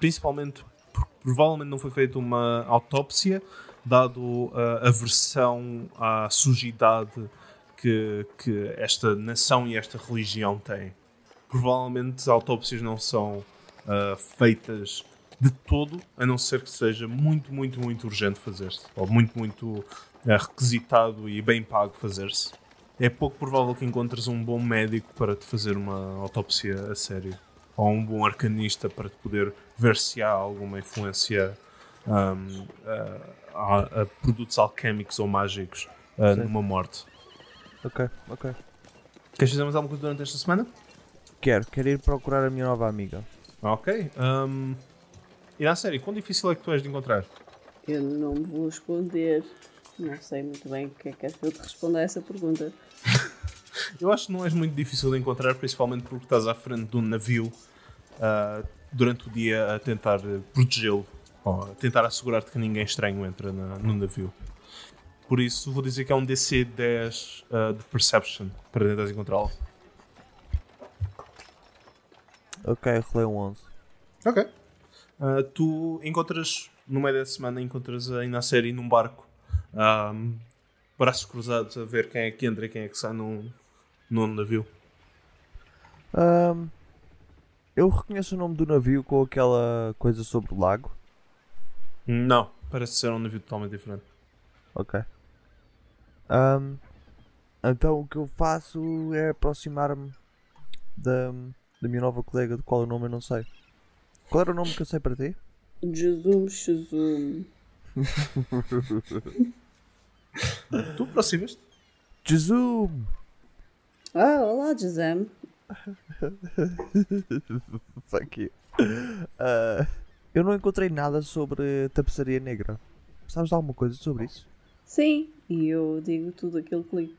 principalmente porque provavelmente não foi feita uma autópsia, dado uh, a versão à sujidade que, que esta nação e esta religião têm provavelmente as autópsias não são ah, feitas de todo, a não ser que seja muito, muito, muito urgente fazer-se, ou muito, muito ah, requisitado e bem pago fazer-se. É pouco provável que encontres um bom médico para te fazer uma autópsia a sério, ou um bom arcanista para te poder ver se há alguma influência ahm, a- a, a produtos alquémicos ou mágicos ah, numa morte. Ok, ok. Queres fazer mais alguma coisa durante esta semana? Quero, quero ir procurar a minha nova amiga. Ok. hum, e na série, quão difícil é que tu és de encontrar? Eu não me vou esconder. Não sei muito bem o que é que é que eu te respondo a essa pergunta. Eu acho que não és muito difícil de encontrar, principalmente porque estás à frente de um navio ah, durante o dia a tentar eh, protegê-lo, ou a tentar assegurar-te que ninguém estranho entra na- no navio. Por isso, vou dizer que é um DC 10 ah, de Perception para tentar encontrá-lo. Ok, rolei um 11. Ok. Ah, tu encontras, no meio da semana, encontras ainda a série num barco, ahm, braços cruzados, a ver quem é que entra e quem é que sai num, num navio. Ahm, eu reconheço o nome do navio com aquela coisa sobre o lago. Não, parece ser um navio totalmente diferente. Ok. Ahm, então o que eu faço é aproximar-me da, da minha nova colega, de qual o nome eu não sei. Qual era o nome que eu sei para ti? Jezum, Jezum. Tu aproximas-te? Jezum! Ah, olá, Jezum. Fuck you. Ah, eu não encontrei nada sobre tapeçaria negra. Sabes de alguma coisa sobre isso? Sim, e eu digo tudo aquilo que li.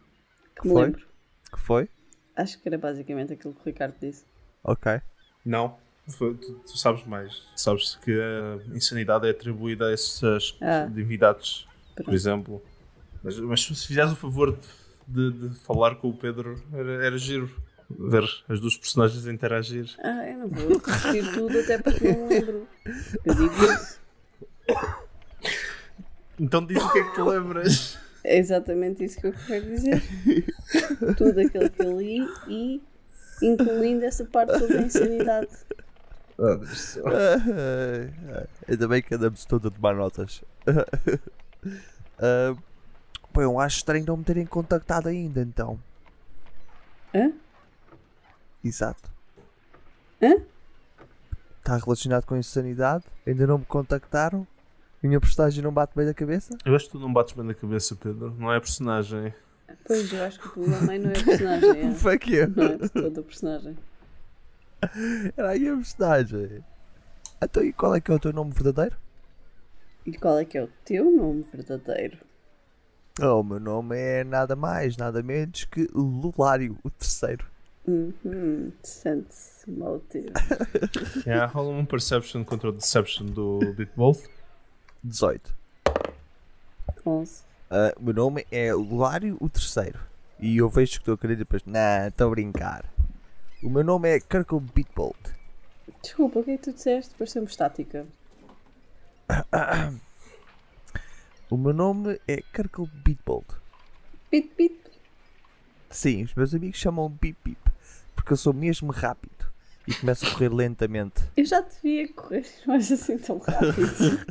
Que me Foi? lembro. Que foi? Acho que era basicamente aquilo que o Ricardo disse. Ok. Não. Foi- Tu, tu sabes mais. Tu sabes que a insanidade é atribuída a essas Ah. divindades, por Pronto. exemplo. Mas, mas se fizeres o favor de de, de falar com o Pedro era, era giro. Ver as duas personagens a interagir. Ah, eu não vou repetir tudo até porque não lembro. Eu digo isso. Então diz o que é que te lembras. É exatamente isso que eu quero dizer. tudo aquilo que eu li e incluindo essa parte sobre a insanidade. Ah, Ainda bem que andamos todos a tomar notas. Ah, pô, eu acho estranho não me terem contactado ainda, então. Hã? Exato. Hã? Está relacionado com insanidade? Ainda não me contactaram? Minha postagem não bate bem da cabeça? Eu acho que tu não bates bem na cabeça, Pedro. Não é personagem. Pois, eu acho que o problema aí não é a personagem. é. Fuck you! Não é de todo a personagem. Era a minha postagem. Então, e qual é que é o teu nome verdadeiro? E qual é que é o teu nome verdadeiro? Oh, o meu nome é nada mais, nada menos que Lulário, o terceiro. Uhum, sente-se mal teu. Yeah, rola um perception contra o deception do Bitbolt. 18. 11. Ah, o meu nome é Lulário o Terceiro. E eu vejo que estou a querer depois. Não, estou a brincar. O meu nome é Kirkle Beatbolt. Desculpa, o que é que tu disseste? Pareceu-me estática. O meu nome é Kirkle Beatbolt. Pit, pit. Sim, os meus amigos chamam Bip Bip. Porque eu sou mesmo rápido. E começo a correr lentamente. Eu já te via correr, mas assim tão rápido.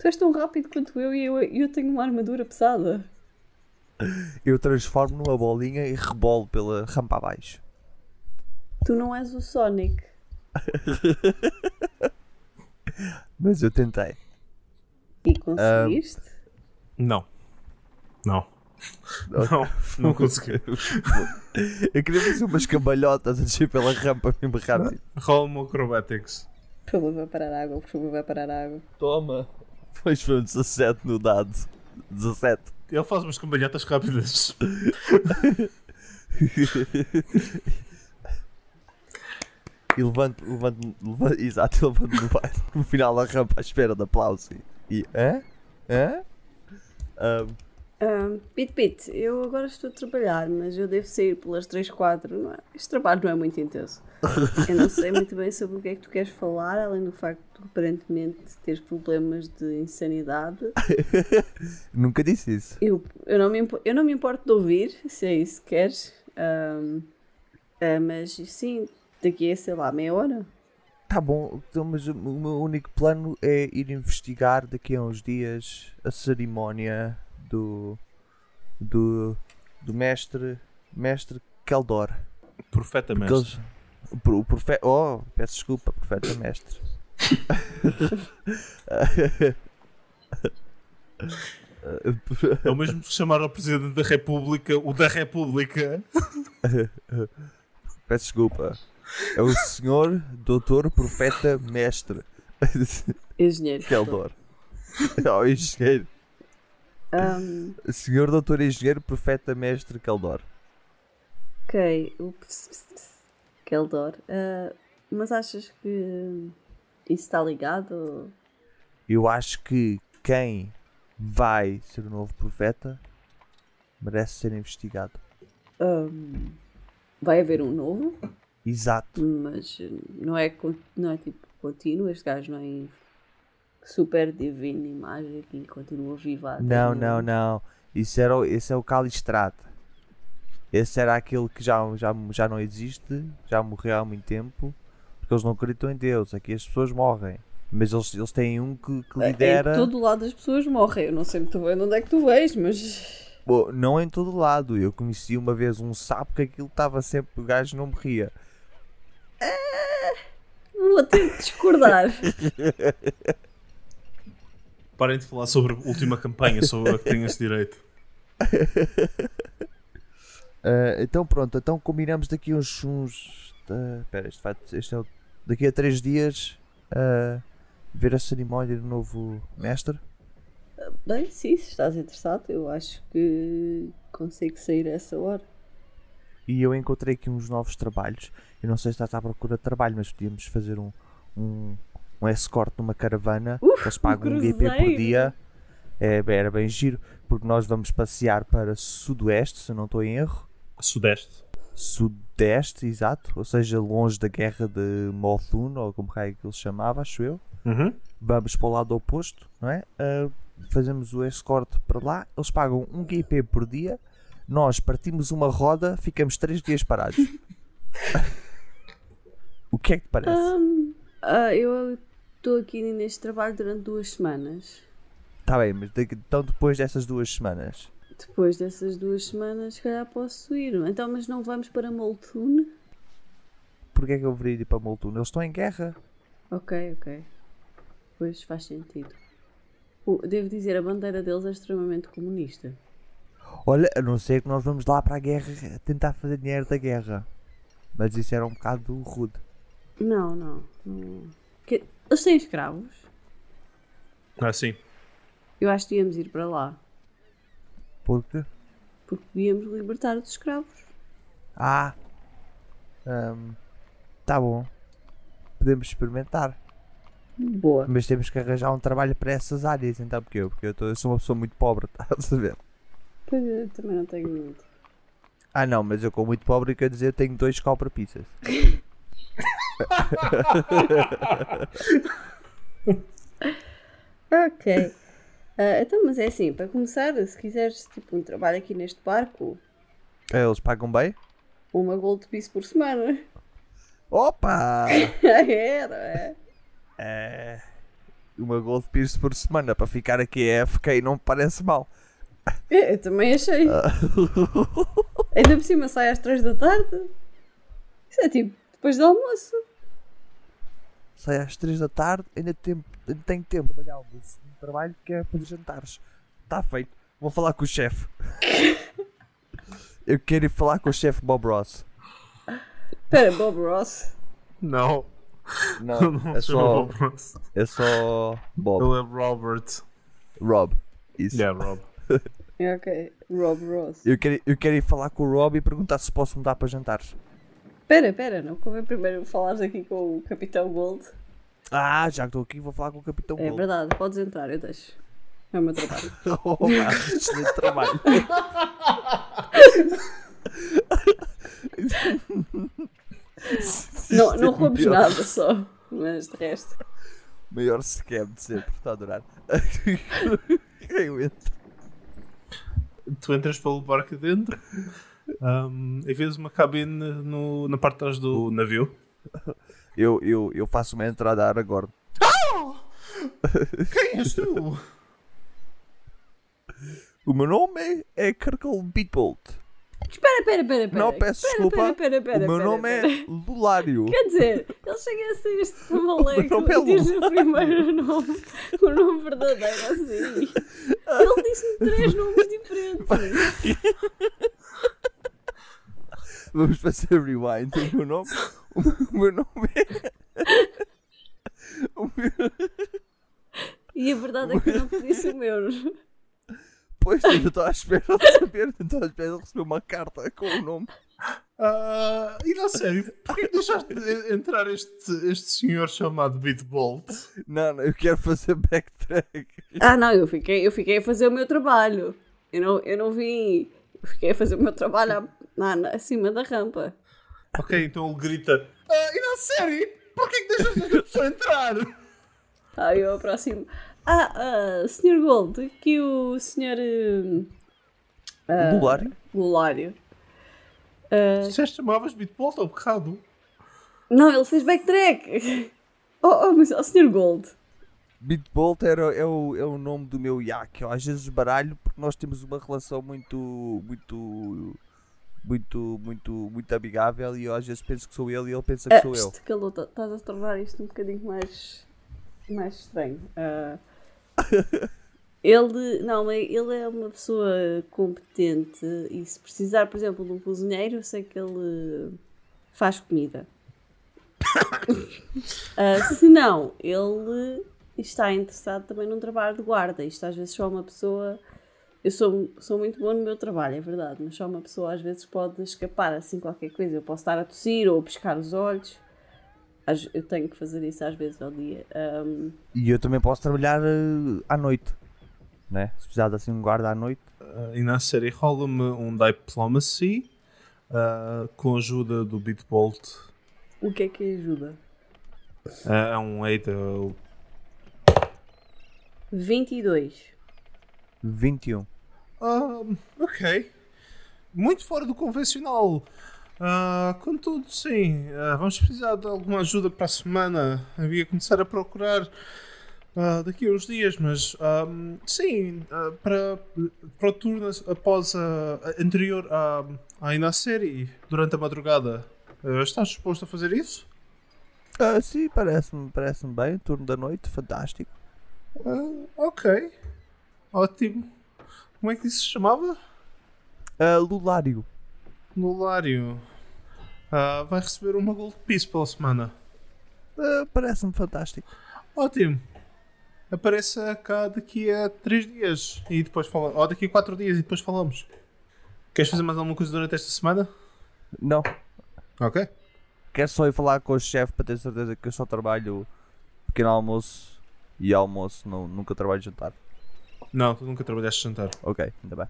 tu és tão rápido quanto eu e eu, eu tenho uma armadura pesada. Eu transformo numa bolinha e rebolo pela rampa abaixo. Tu não és o Sonic. Mas eu tentei. E conseguiste? Não. Não. Não, não consegui. Eu queria fazer umas cambalhotas a descer pela rampa mesmo rápido. Rola-me o acrobatics. Por favor, vai parar a água, por favor, vai parar a água. Toma. Pois foi um 17 no dado. 17. Ele faz umas cambalhotas rápidas. E levanto, levanto, levanto exato, eu levanto no, baixo, no final da rampa à espera de aplauso. E, e hã? Hã? Ahm, Ahm, Pit Pit, eu agora estou a trabalhar, mas eu devo sair pelas 3, 4. Não é? Este trabalho não é muito intenso. Eu não sei muito bem sobre o que é que tu queres falar, além do facto de tu, aparentemente teres problemas de insanidade. nunca disse isso. Eu, eu, não me, impo- eu não me importo de ouvir, se é isso que queres. Ahm, ah, mas sim, daqui a sei lá, meia hora. Tá bom, então, mas o meu único plano é ir investigar daqui a uns dias a cerimónia do. do. do mestre. mestre Keldor. Profeta Porque mestre. eles- o pro- o profe- Oh, peço desculpa, profeta mestre. É o mesmo que chamar ao Presidente da República o da República. Peço desculpa. É o senhor, doutor, profeta, mestre Engenheiro. Keldor. Oh, engenheiro. Ahm, Senhor, doutor, engenheiro, profeta, mestre Keldor. ok, o ps- ps- ps- Keldor. Ah, mas achas que isso está ligado? Eu acho que quem vai ser o novo profeta merece ser investigado. Ahm, vai haver um novo, Exato. mas não é, con- não é tipo contínuo. Este gajo não é super divino e mágico e continua vivo. há dez Não, mil não, anos. não. Isso era, o- esse é o Calistrata. Esse era aquele que já, já, já não existe, já morreu há muito tempo, porque eles não acreditam em Deus. Aqui as pessoas morrem. Mas eles, eles têm um que, que É- lidera. Em todo lado as pessoas morrem. Eu não sei muito bem de onde é que tu vês, mas. Bom, não em todo lado. Eu conheci uma vez um sapo que aquilo estava sempre. O gajo não morria. Vou ter que discordar. Parem de falar sobre a última campanha, sou eu que tenho esse direito. Ah, então pronto, então combinamos daqui uns. uns ah, Espera, isto vai. Este é o- daqui a três dias ah, ver a cerimónia do novo mestre. bem, sim, se estás interessado, eu acho que consigo sair a essa hora. E eu encontrei aqui uns novos trabalhos. Eu não sei se estás à procura de trabalho, mas podíamos fazer um, um, um escort numa caravana. Uf, eles pagam um um GP por cruzeiro! dia. é, bem- era bem giro, porque nós vamos passear para sudoeste, se eu não estou em erro. Sudeste. Sudeste, exato, ou seja, longe da guerra de Mothun, ou como é que ele se chamava, acho eu. Uhum. Vamos para o lado oposto, não é? Ah, fazemos o escort para lá, eles pagam um GP por dia, nós partimos uma roda, ficamos três dias parados. o que é que te parece? Ah, eu estou aqui neste trabalho durante duas semanas. Tá bem, mas de- então depois dessas duas semanas. Depois dessas duas semanas, se calhar posso ir. Então, mas não vamos para Moltune? Porquê é que eu deveria ir para Moltun? Eles estão em guerra. Ok, ok. Pois faz sentido. O- Devo dizer, a bandeira deles é extremamente comunista. Olha, a não ser que nós vamos lá para a guerra tentar fazer dinheiro da guerra. Mas isso era um bocado rude. Não, não. não. Que- Eles têm escravos. Ah, sim. Eu acho que devíamos ir para lá. Porque. Porque devíamos libertar os escravos. Ah! Ahm, tá bom. Podemos experimentar. Boa. Mas temos que arranjar um trabalho para essas áreas, então, porque eu, porque eu, tô- eu sou uma pessoa muito pobre, estás a ver? Pois eu também não tenho muito. Ah, não, mas eu, como muito pobre, quer dizer, eu tenho dois copra pizzas. Ok. Ah, então, mas é assim, para começar, se quiseres tipo um trabalho aqui neste barco, Eh, Eles pagam bem? uma gold piece por semana. Opa! é, não é? É, uma Gold Pierce por semana para ficar aqui AFK não me parece mal. É, Eu também achei. Ah. Ainda por cima sai às três da tarde. Isso é tipo depois do almoço. Sai às 3 da tarde, ainda, tem- ainda tenho tempo. Trabalhar almoço. Um trabalho que é para jantares. Está feito. Vou falar com o chefe. Eu quero ir falar com o chefe Bob Ross. Espera, Bob Ross. Não. Não, é só, é só Bob. Ele é Robert. Rob. Isso. Yeah, Rob. É, Ok, Rob Ross. Eu, quero, eu quero ir falar com o Rob e perguntar se posso mudar para jantares. Espera, espera, não convém primeiro falares aqui com o Capitão Gold. Ah, já que estou aqui, vou falar com o Capitão É Gold. verdade, podes entrar, eu deixo. É o meu trabalho. Oh, excelente trabalho. não não roubes é pior. nada só, mas de resto. Maior scam de sempre, está a adorar. Eu entro. Tu entras pelo barco dentro um, e vês uma cabine no- na parte de trás do navio. Eu, eu, eu faço uma entrada a Aragorn. Quem és tu? O meu nome é Kirkle Beatbolt. Espera, espera, espera. espera. Não, peço Espera, desculpa. Espera, espera, espera. o meu espera, nome espera. é Lulário. Quer dizer, ele chega a ser este O meu nome é maluco e diz o primeiro nome, o nome verdadeiro assim. Ele disse-me três nomes diferentes. Vamos fazer rewind. O meu nome, o meu nome é. O meu... E a verdade é que eu não te disse o meu. Pois, eu estou à espera de saber. Estou à espera de receber uma carta com o nome. Ah, e não sei, porquê que deixaste de entrar este, este senhor chamado Bitbolt? Não, não, eu quero fazer backtrack. Ah, não, eu fiquei, eu fiquei a fazer o meu trabalho. Eu não, eu não vim. Eu fiquei a fazer o meu trabalho à- na, na- acima da rampa. Ok, então ele grita: Ah, E não sei, porquê que deixaste esta pessoa entrar? Aí Tá, eu aproximo. Ah, ah Sr. Gold, aqui o hum, Sr. Ah. Lulário? Golário. Disseste chamavas Bitbolt ao bocado. Ah, Não, ele fez backtrack! Oh, oh mas oh, Sr. Gold. Bitbolt era, é, o, é o nome do meu iaque. Eu às vezes baralho porque nós temos uma relação muito, muito, muito, muito, muito amigável e eu às vezes penso que sou ele e ele pensa que Ah, sou eu. pst, calou, tá- estás a tornar isto um bocadinho mais. mais estranho. Ah, ele. não, é- ele é uma pessoa competente e se precisar, por exemplo, de um cozinheiro, eu sei que ele faz comida. Ah, se não, ele está interessado também num trabalho de guarda. Isto às vezes só uma pessoa. Eu sou, sou muito boa no meu trabalho, é verdade, mas só uma pessoa às vezes pode escapar assim qualquer coisa. Eu posso estar a tossir ou a piscar os olhos. Às- Eu tenho que fazer isso às vezes ao dia. Ahm, E eu também posso trabalhar eh, à noite. né? Se precisar de assim um guarda à noite, Ah, e na série rola-me um Diplomacy ah, com a ajuda do Bitbolt. O que é que ajuda? Ah, é um aid, eu 22. 21. Ah, ok. Muito fora do convencional. Ah, contudo, sim. ah, vamos precisar de alguma ajuda para a semana. Havia começar a procurar ah, daqui a uns dias, mas ahm, sim, ah, para, para o turno após a, a- anterior à, à Inaceri, durante a madrugada. Ah, estás disposto a fazer isso? Ah, sim, parece-me parece bem. Turno da noite, fantástico. Ah, ok. Ótimo. Como é que isso se chamava? Ah, Lulário. Lulário ah, vai receber uma gold piece pela semana. Ah, parece-me fantástico. Ótimo. Apareça cá daqui a 3 dias e depois falamos. Ou daqui a 4 dias e depois falamos. Queres fazer mais alguma coisa durante esta semana? Não, Ok. quero é só ir falar com o chefe para ter certeza que eu só trabalho pequeno almoço e almoço, não, nunca trabalho jantar. Não, tu nunca trabalhaste jantar. Ok, ainda bem.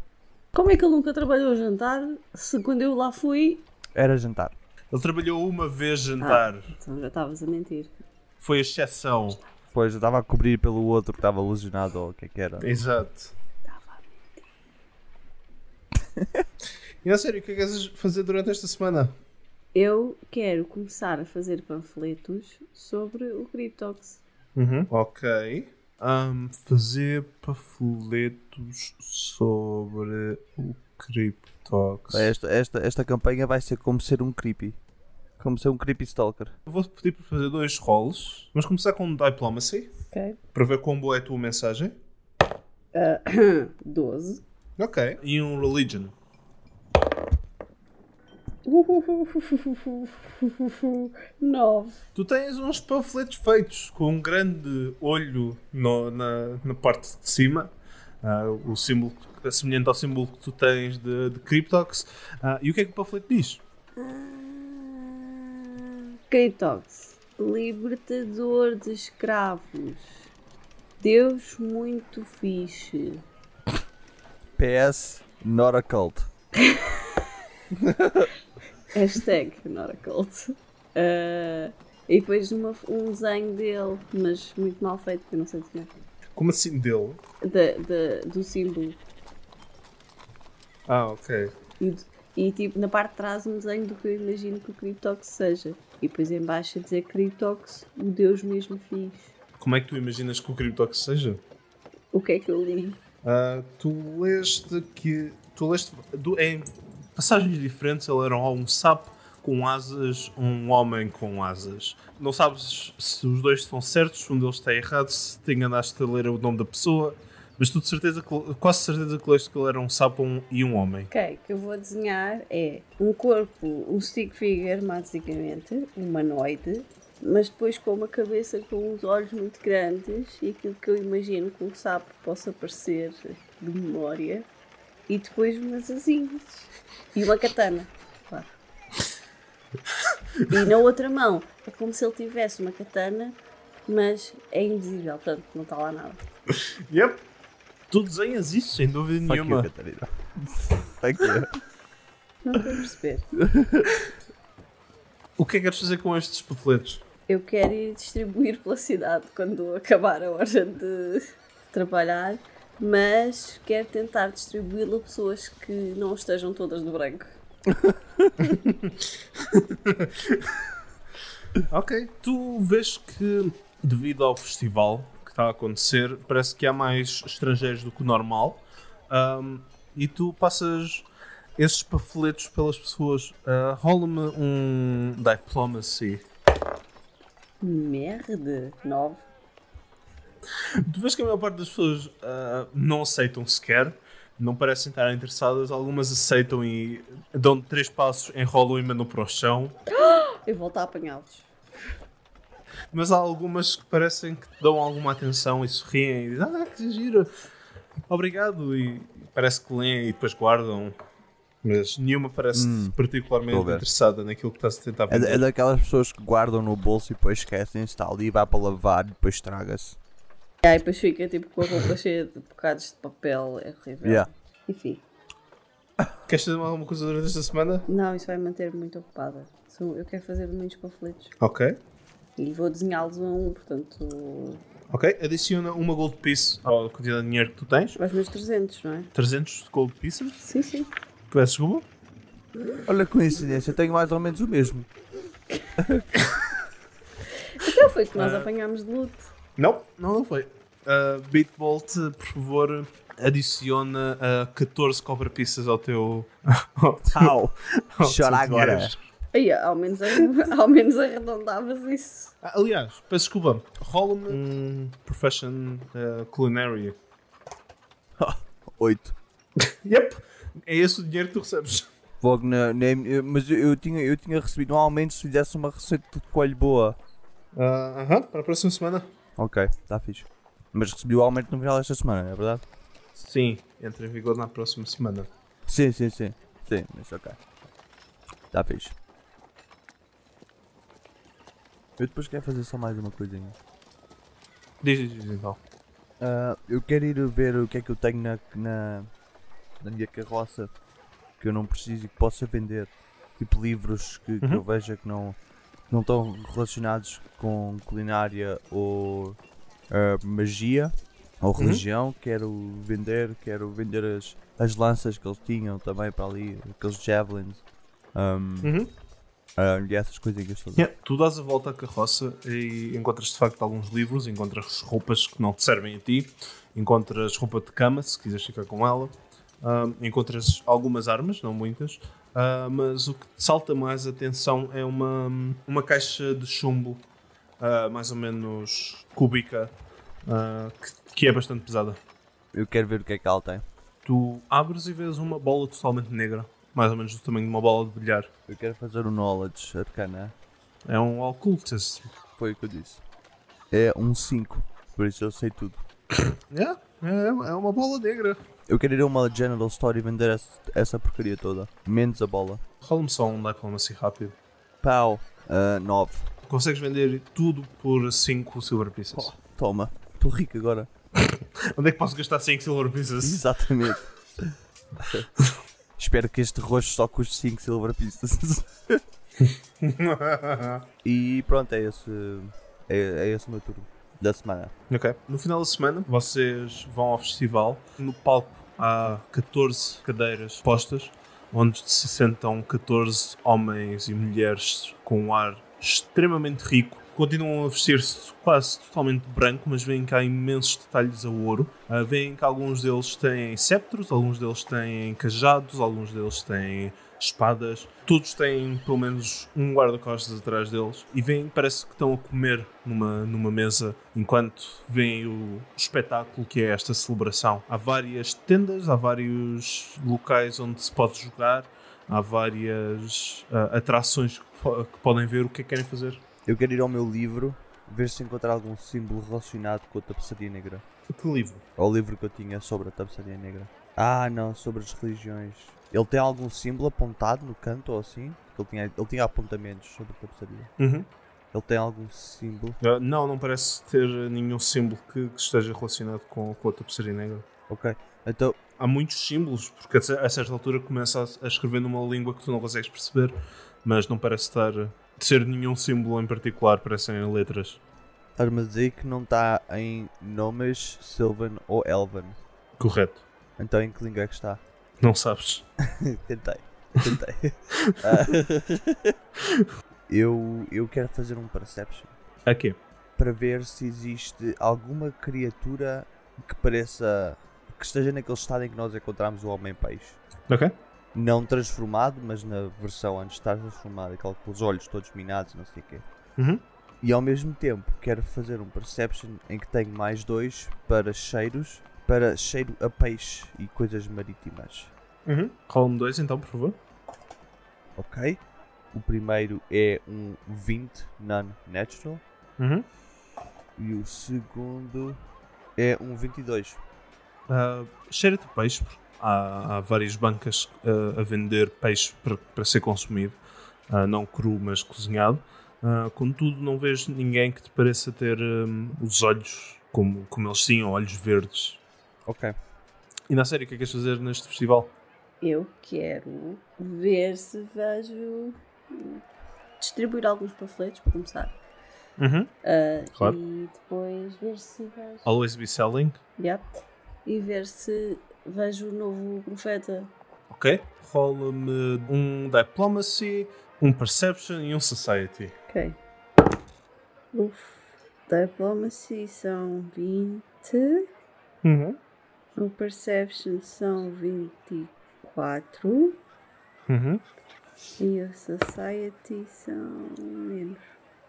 Como é que ele nunca trabalhou a jantar se quando eu lá fui. Era jantar. Ele trabalhou uma vez jantar. Então já estavas a mentir. Foi a exceção. Pois, eu estava a cobrir pelo outro que estava alucinado ou o que é que era. Exato. e na sério, o que é que queres fazer durante esta semana? Eu quero começar a fazer panfletos sobre o Cryptox. Ok. Ahm, fazer panfletos sobre o Cryptox. Esta, esta, esta campanha vai ser como ser um creepy. Como ser um creepy stalker. Eu Vou-te pedir para fazer dois roles. Vamos começar com Diplomacy, Ok. para ver quão boa é a tua mensagem. 12. Ok. E um Religion. Nove. Tu tens uns panfletos feitos com um grande olho no- na, na parte de cima, ah, o símbolo que- semelhante ao símbolo que tu tens de, de Cryptox. Ah, e o que é que o panfleto diz? Cryptox, libertador de escravos. Deus muito fixe. PS, not a cult. Hashtag not a cult. Ah, e depois uma- um desenho dele, mas muito mal feito, que eu não sei desenhar. Como assim dele? Da- da- do símbolo. Ah, ok. E, d- e, tipo, na parte de trás um desenho do que eu imagino que o Cryptox seja. E depois em baixo a dizer Cryptox, o Deus mesmo fixe. Como é que tu imaginas que o Cryptox seja? O que é que eu li? Ah, tu leste que. Tu leste. do- em passagens diferentes, ele era um sapo com asas, um homem com asas. Não sabes se os dois estão certos, se um deles está errado, se te enganaste a ler o nome da pessoa, mas tu de certeza, que- quase certeza que leste que ele era um sapo um- e um homem. Ok, o que eu vou desenhar é um corpo, um stick figure, basicamente, humanoide, mas depois com uma cabeça com uns olhos muito grandes e aquilo que eu imagino que um sapo possa parecer de memória, e depois umas asinhas e uma katana. claro. E na outra mão é como se ele tivesse uma katana, mas é invisível, portanto não está lá nada. Yep! Tu desenhas isso, sem dúvida Fuck you, nenhuma. Catarina. Fuck you. Não estou a perceber. O que é que queres fazer com estes panfletos? Eu quero ir distribuir pela cidade quando acabar a hora de trabalhar, mas quero tentar distribuí-lo a pessoas que não estejam todas de branco. Ok. Tu vês que, devido ao festival que está a acontecer, parece que há mais estrangeiros do que o normal. Ahm, e tu passas esses panfletos pelas pessoas. Ah, Rola-me um diplomacy. Merda! Nove. Tu vês que a maior parte das pessoas ah, não aceitam sequer. Não parecem estar interessadas. Algumas aceitam e dão três passos, enrolam e mandam para o chão. Eu volto a apanhá-los. mas há algumas que parecem que te dão alguma atenção e sorriem e dizem, ah, que giro, obrigado, e parece que leem e depois guardam. Mas nenhuma parece Hum, estou a particularmente ver. interessada naquilo que estás a tentar É, da- vender. é daquelas pessoas que guardam no bolso e depois esquecem-se, está ali, vai para lavar e depois estraga-se. E aí depois fica tipo com a roupa cheia de bocados de papel, é horrível. Yeah. Enfim, Queres fazer alguma coisa durante esta semana? não, isso vai manter-me muito ocupada. São- Eu quero fazer muitos conflitos Ok. e vou desenhá-los um a um, portanto, Ok. Adiciona uma gold piece à quantidade de dinheiro que tu tens. aos meus 300, não é? 300 gold pieces. Sim, sim. Peço desculpa. Olha a coincidência, tenho mais ou menos o mesmo. Então foi que nós apanhámos de luto. Não, não, não foi. Uh, Bitbolt, por favor, adiciona uh, 14 copper pieces ao teu. ao teu- Au! ao teu Chora agora. dinheiro. Aí, ao menos, ao menos arredondavas isso. Ah, Aliás, peço desculpa, rola-me um Profession uh, Culinary. Oito. Yep, é esse o dinheiro que tu recebes. Logo na, na- eu- mas eu, eu tinha, eu tinha recebido um aumento se fizesse uma receita de coelho boa. Ah, Aham, para a próxima semana. Ok, está fixe. Mas recebi o aumento no final desta semana, não é verdade? Sim, entra em vigor na próxima semana. Sim, sim, sim. Sim, mas ok. Está fixe. Eu depois quero fazer só mais uma coisinha. Diz, diz, diz então. Ah, eu quero ir ver o que é que eu tenho na, na, na minha carroça que eu não preciso e que possa vender. Tipo livros que, que eu veja que não, que não estão relacionados com culinária ou ah, magia ou religião. Quero vender, quero vender as, as lanças que eles tinham também para ali, aqueles javelins. ahm, Uhum. ah, e essas coisinhas todas. Yeah. Tu dás a volta à carroça e encontras de facto alguns livros, encontras roupas que não te servem a ti, encontras roupa de cama, se quiseres ficar com ela, ah, encontras algumas armas, não muitas, ah, mas o que te salta mais a atenção é uma, uma caixa de chumbo, ah, mais ou menos cúbica, ah, que, que é bastante pesada. Eu quero ver o que é que ela tem. Tu abres e vês uma bola totalmente negra, mais ou menos do tamanho de uma bola de bilhar. Eu quero fazer o knowledge arcana. É um ocultist. Foi o que eu disse. É um 5, por isso eu sei tudo. Yeah, é, é uma bola negra. Eu quero ir a uma General Store e vender essa, essa porcaria toda. Menos a bola. Rola-me só um diplomacy rápido. Pau. Ah, 9. Consegues vender tudo por 5 silver pieces. Toma. Estou rico agora. Onde é que posso gastar 5 silver pieces? Exatamente. Espero que este rosto só custe 5 silver pieces. e pronto, é esse. É, é esse o meu turno da semana. ok. No final da semana, vocês vão ao festival. No palco há 14 cadeiras postas, onde se sentam 14 homens e mulheres com um ar extremamente rico. Continuam a vestir-se quase totalmente de branco, mas vêm cá imensos detalhes a ouro. Ah, vêem que alguns deles têm sceptros, alguns deles têm cajados, alguns deles têm espadas. Todos têm pelo menos um guarda-costas atrás deles e vêm, parece que estão a comer numa, numa mesa enquanto vem o espetáculo que é esta celebração. Há várias tendas, há vários locais onde se pode jogar, há várias ah, atrações que, po- que podem ver o que é que querem fazer. Eu quero ir ao meu livro ver se encontrar algum símbolo relacionado com a tapeçaria negra. Que livro? ao livro que eu tinha sobre a tapeçaria negra. Ah, não, sobre as religiões. Ele tem algum símbolo apontado no canto ou assim? Ele tinha, ele tinha apontamentos sobre a tapeçaria. Uhum. Ele tem algum símbolo. Ah, não, não parece ter nenhum símbolo que, que esteja relacionado com, com a tapeçaria negra. Ok. Então, há muitos símbolos, porque a cer- a certa altura começa a- a escrever numa língua que tu não consegues perceber, mas não parece estar de ser nenhum símbolo em particular, parecem letras. estás-me a dizer que não está em nomes Sylvan ou Elven. Correto. Então em que língua é que está? Não sabes. Tentei. Tentei. Ah. eu, eu quero fazer um Perception. A quê? para ver se existe alguma criatura que pareça que esteja naquele estado em que nós encontramos o homem peixe. Ok. Não transformado, mas na versão antes de estar transformado, aquele com os olhos todos minados, não sei o quê. Uhum. E ao mesmo tempo quero fazer um perception em que tenho mais dois para cheiros, para cheiro a peixe e coisas marítimas. Uhum. Rola-me dois então, por favor. Ok? O primeiro é um 20 non-natural Uhum. e o segundo é um 22. Ah, cheira-te a peixe, porque há, há várias bancas ah, a vender peixe para, para ser consumido, Ah, não cru, mas cozinhado. Ah, contudo, não vejo ninguém que te pareça ter hum, os olhos com como, como eles tinham, olhos verdes. Ok. E na série, o que é que queres fazer neste festival? Eu quero ver se vejo. distribuir alguns panfletos, para começar. Uhum. Ah, Claro. E depois ver se vejo. Always be selling. Yep. E ver se vejo o novo profeta. Ok. Rola-me um Diplomacy, um Perception e um Society. Ok. Uf. Diplomacy são 20. Uhum. O Perception são 24. Uhum. E o Society são menos.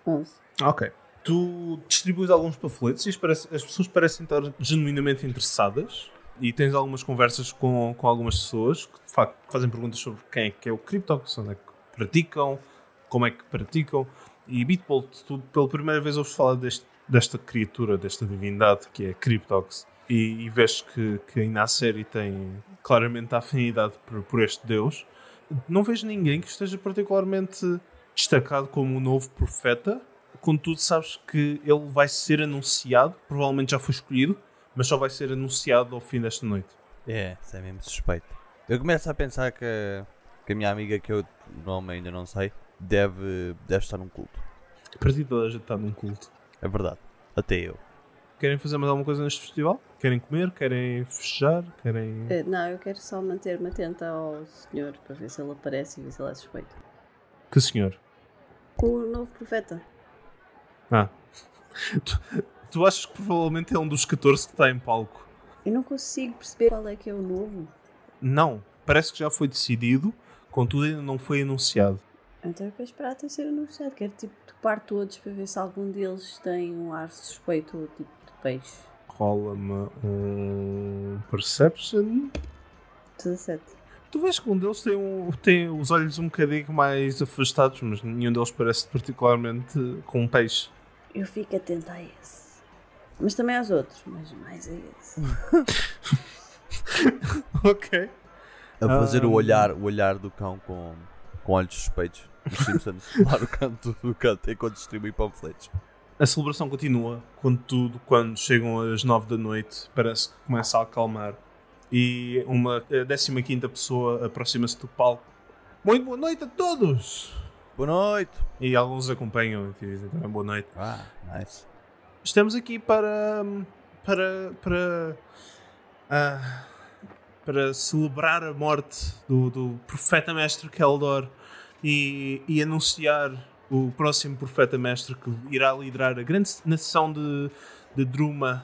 11. Ok. Tu distribuis alguns panfletos e as, parece- as pessoas parecem estar genuinamente interessadas e tens algumas conversas com, com algumas pessoas que de facto fazem perguntas sobre quem é que é o cripto, onde é que praticam, como é que praticam. E Bitpol, tu pela primeira vez ouves falar deste- desta criatura, desta divindade que é Cryptox. E, e vês que, que ainda a série tem claramente a afinidade por, por este deus. Não vejo ninguém que esteja particularmente destacado como o novo profeta, Contudo, sabes que ele vai ser anunciado, provavelmente já foi escolhido, mas só vai ser anunciado ao fim desta noite. É, isso é mesmo suspeito. Eu começo a pensar que, que a minha amiga, que eu o nome ainda não sei, deve, deve estar num culto. A partir de toda a gente está num culto. É verdade. Até eu. Querem fazer mais alguma coisa neste festival? Querem comer? Querem festejar? Querem. Eh, Não, eu quero só manter-me atenta ao senhor para ver se ele aparece e ver se ele é suspeito. Que senhor? O novo profeta. Ah. tu, tu achas que provavelmente é um dos 14 que está em palco? Eu não consigo perceber qual é que é o novo. Não. Parece que já foi decidido, contudo ainda não foi anunciado. Então eu quero esperar até ser anunciado. Quero tipo topar todos para ver se algum deles tem um ar suspeito ou tipo de peixe. Rola-me um. Perception. 17. Tu vês que um deles tem, um- tem os olhos um bocadinho mais afastados, mas nenhum deles parece particularmente com um peixe. Eu fico atenta a esse. Mas também aos outros, mas mais a esse. ok. A fazer o Ahm. olhar, o olhar do cão com, com olhos suspeitos. Os Simpsons lá no canto do canto enquanto distribui panfletos. A celebração continua, contudo, quando chegam às 9 da noite, parece que começa a acalmar. E uma 15 pessoa aproxima-se do palco. Muito boa noite a todos! Boa noite! E alguns acompanham e dizem também boa noite. Ah, nice. Estamos aqui para. para. para. ah, para celebrar a morte do, do profeta mestre Keldor e, e anunciar o próximo profeta mestre que irá liderar a grande nação de, de Druma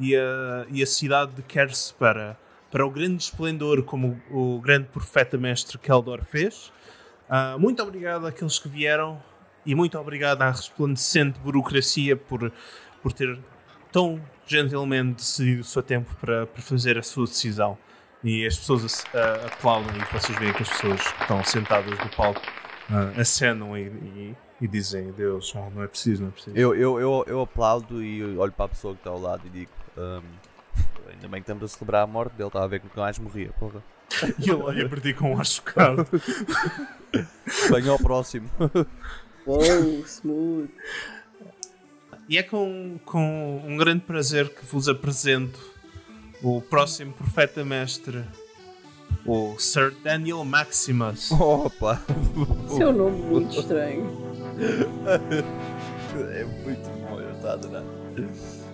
e a, e a cidade de Kers para, para o grande esplendor como o, o grande profeta mestre Keldor fez. Ah, muito obrigado àqueles que vieram e muito obrigado à resplandecente burocracia por, por ter tão gentilmente decidido o seu tempo para, para fazer a sua decisão. E as pessoas ah, aplaudem e vocês veem que as pessoas que estão sentadas no palco ah, acenam e, e, e dizem Deus, oh, não é preciso, não é preciso. Eu, eu, eu, eu aplaudo e olho para a pessoa que está ao lado e digo: ahm, Ainda bem que estamos a celebrar a morte dele, estava a ver que nunca mais morria, porra. E ele olha para ti com um ar chocado. Venha ao próximo. Uou, smooth. E é com, com um grande prazer que vos apresento o próximo profeta mestre, o Sir Daniel Maximus. Opa! Isso é um nome muito estranho. É muito bom, eu estou a adorar.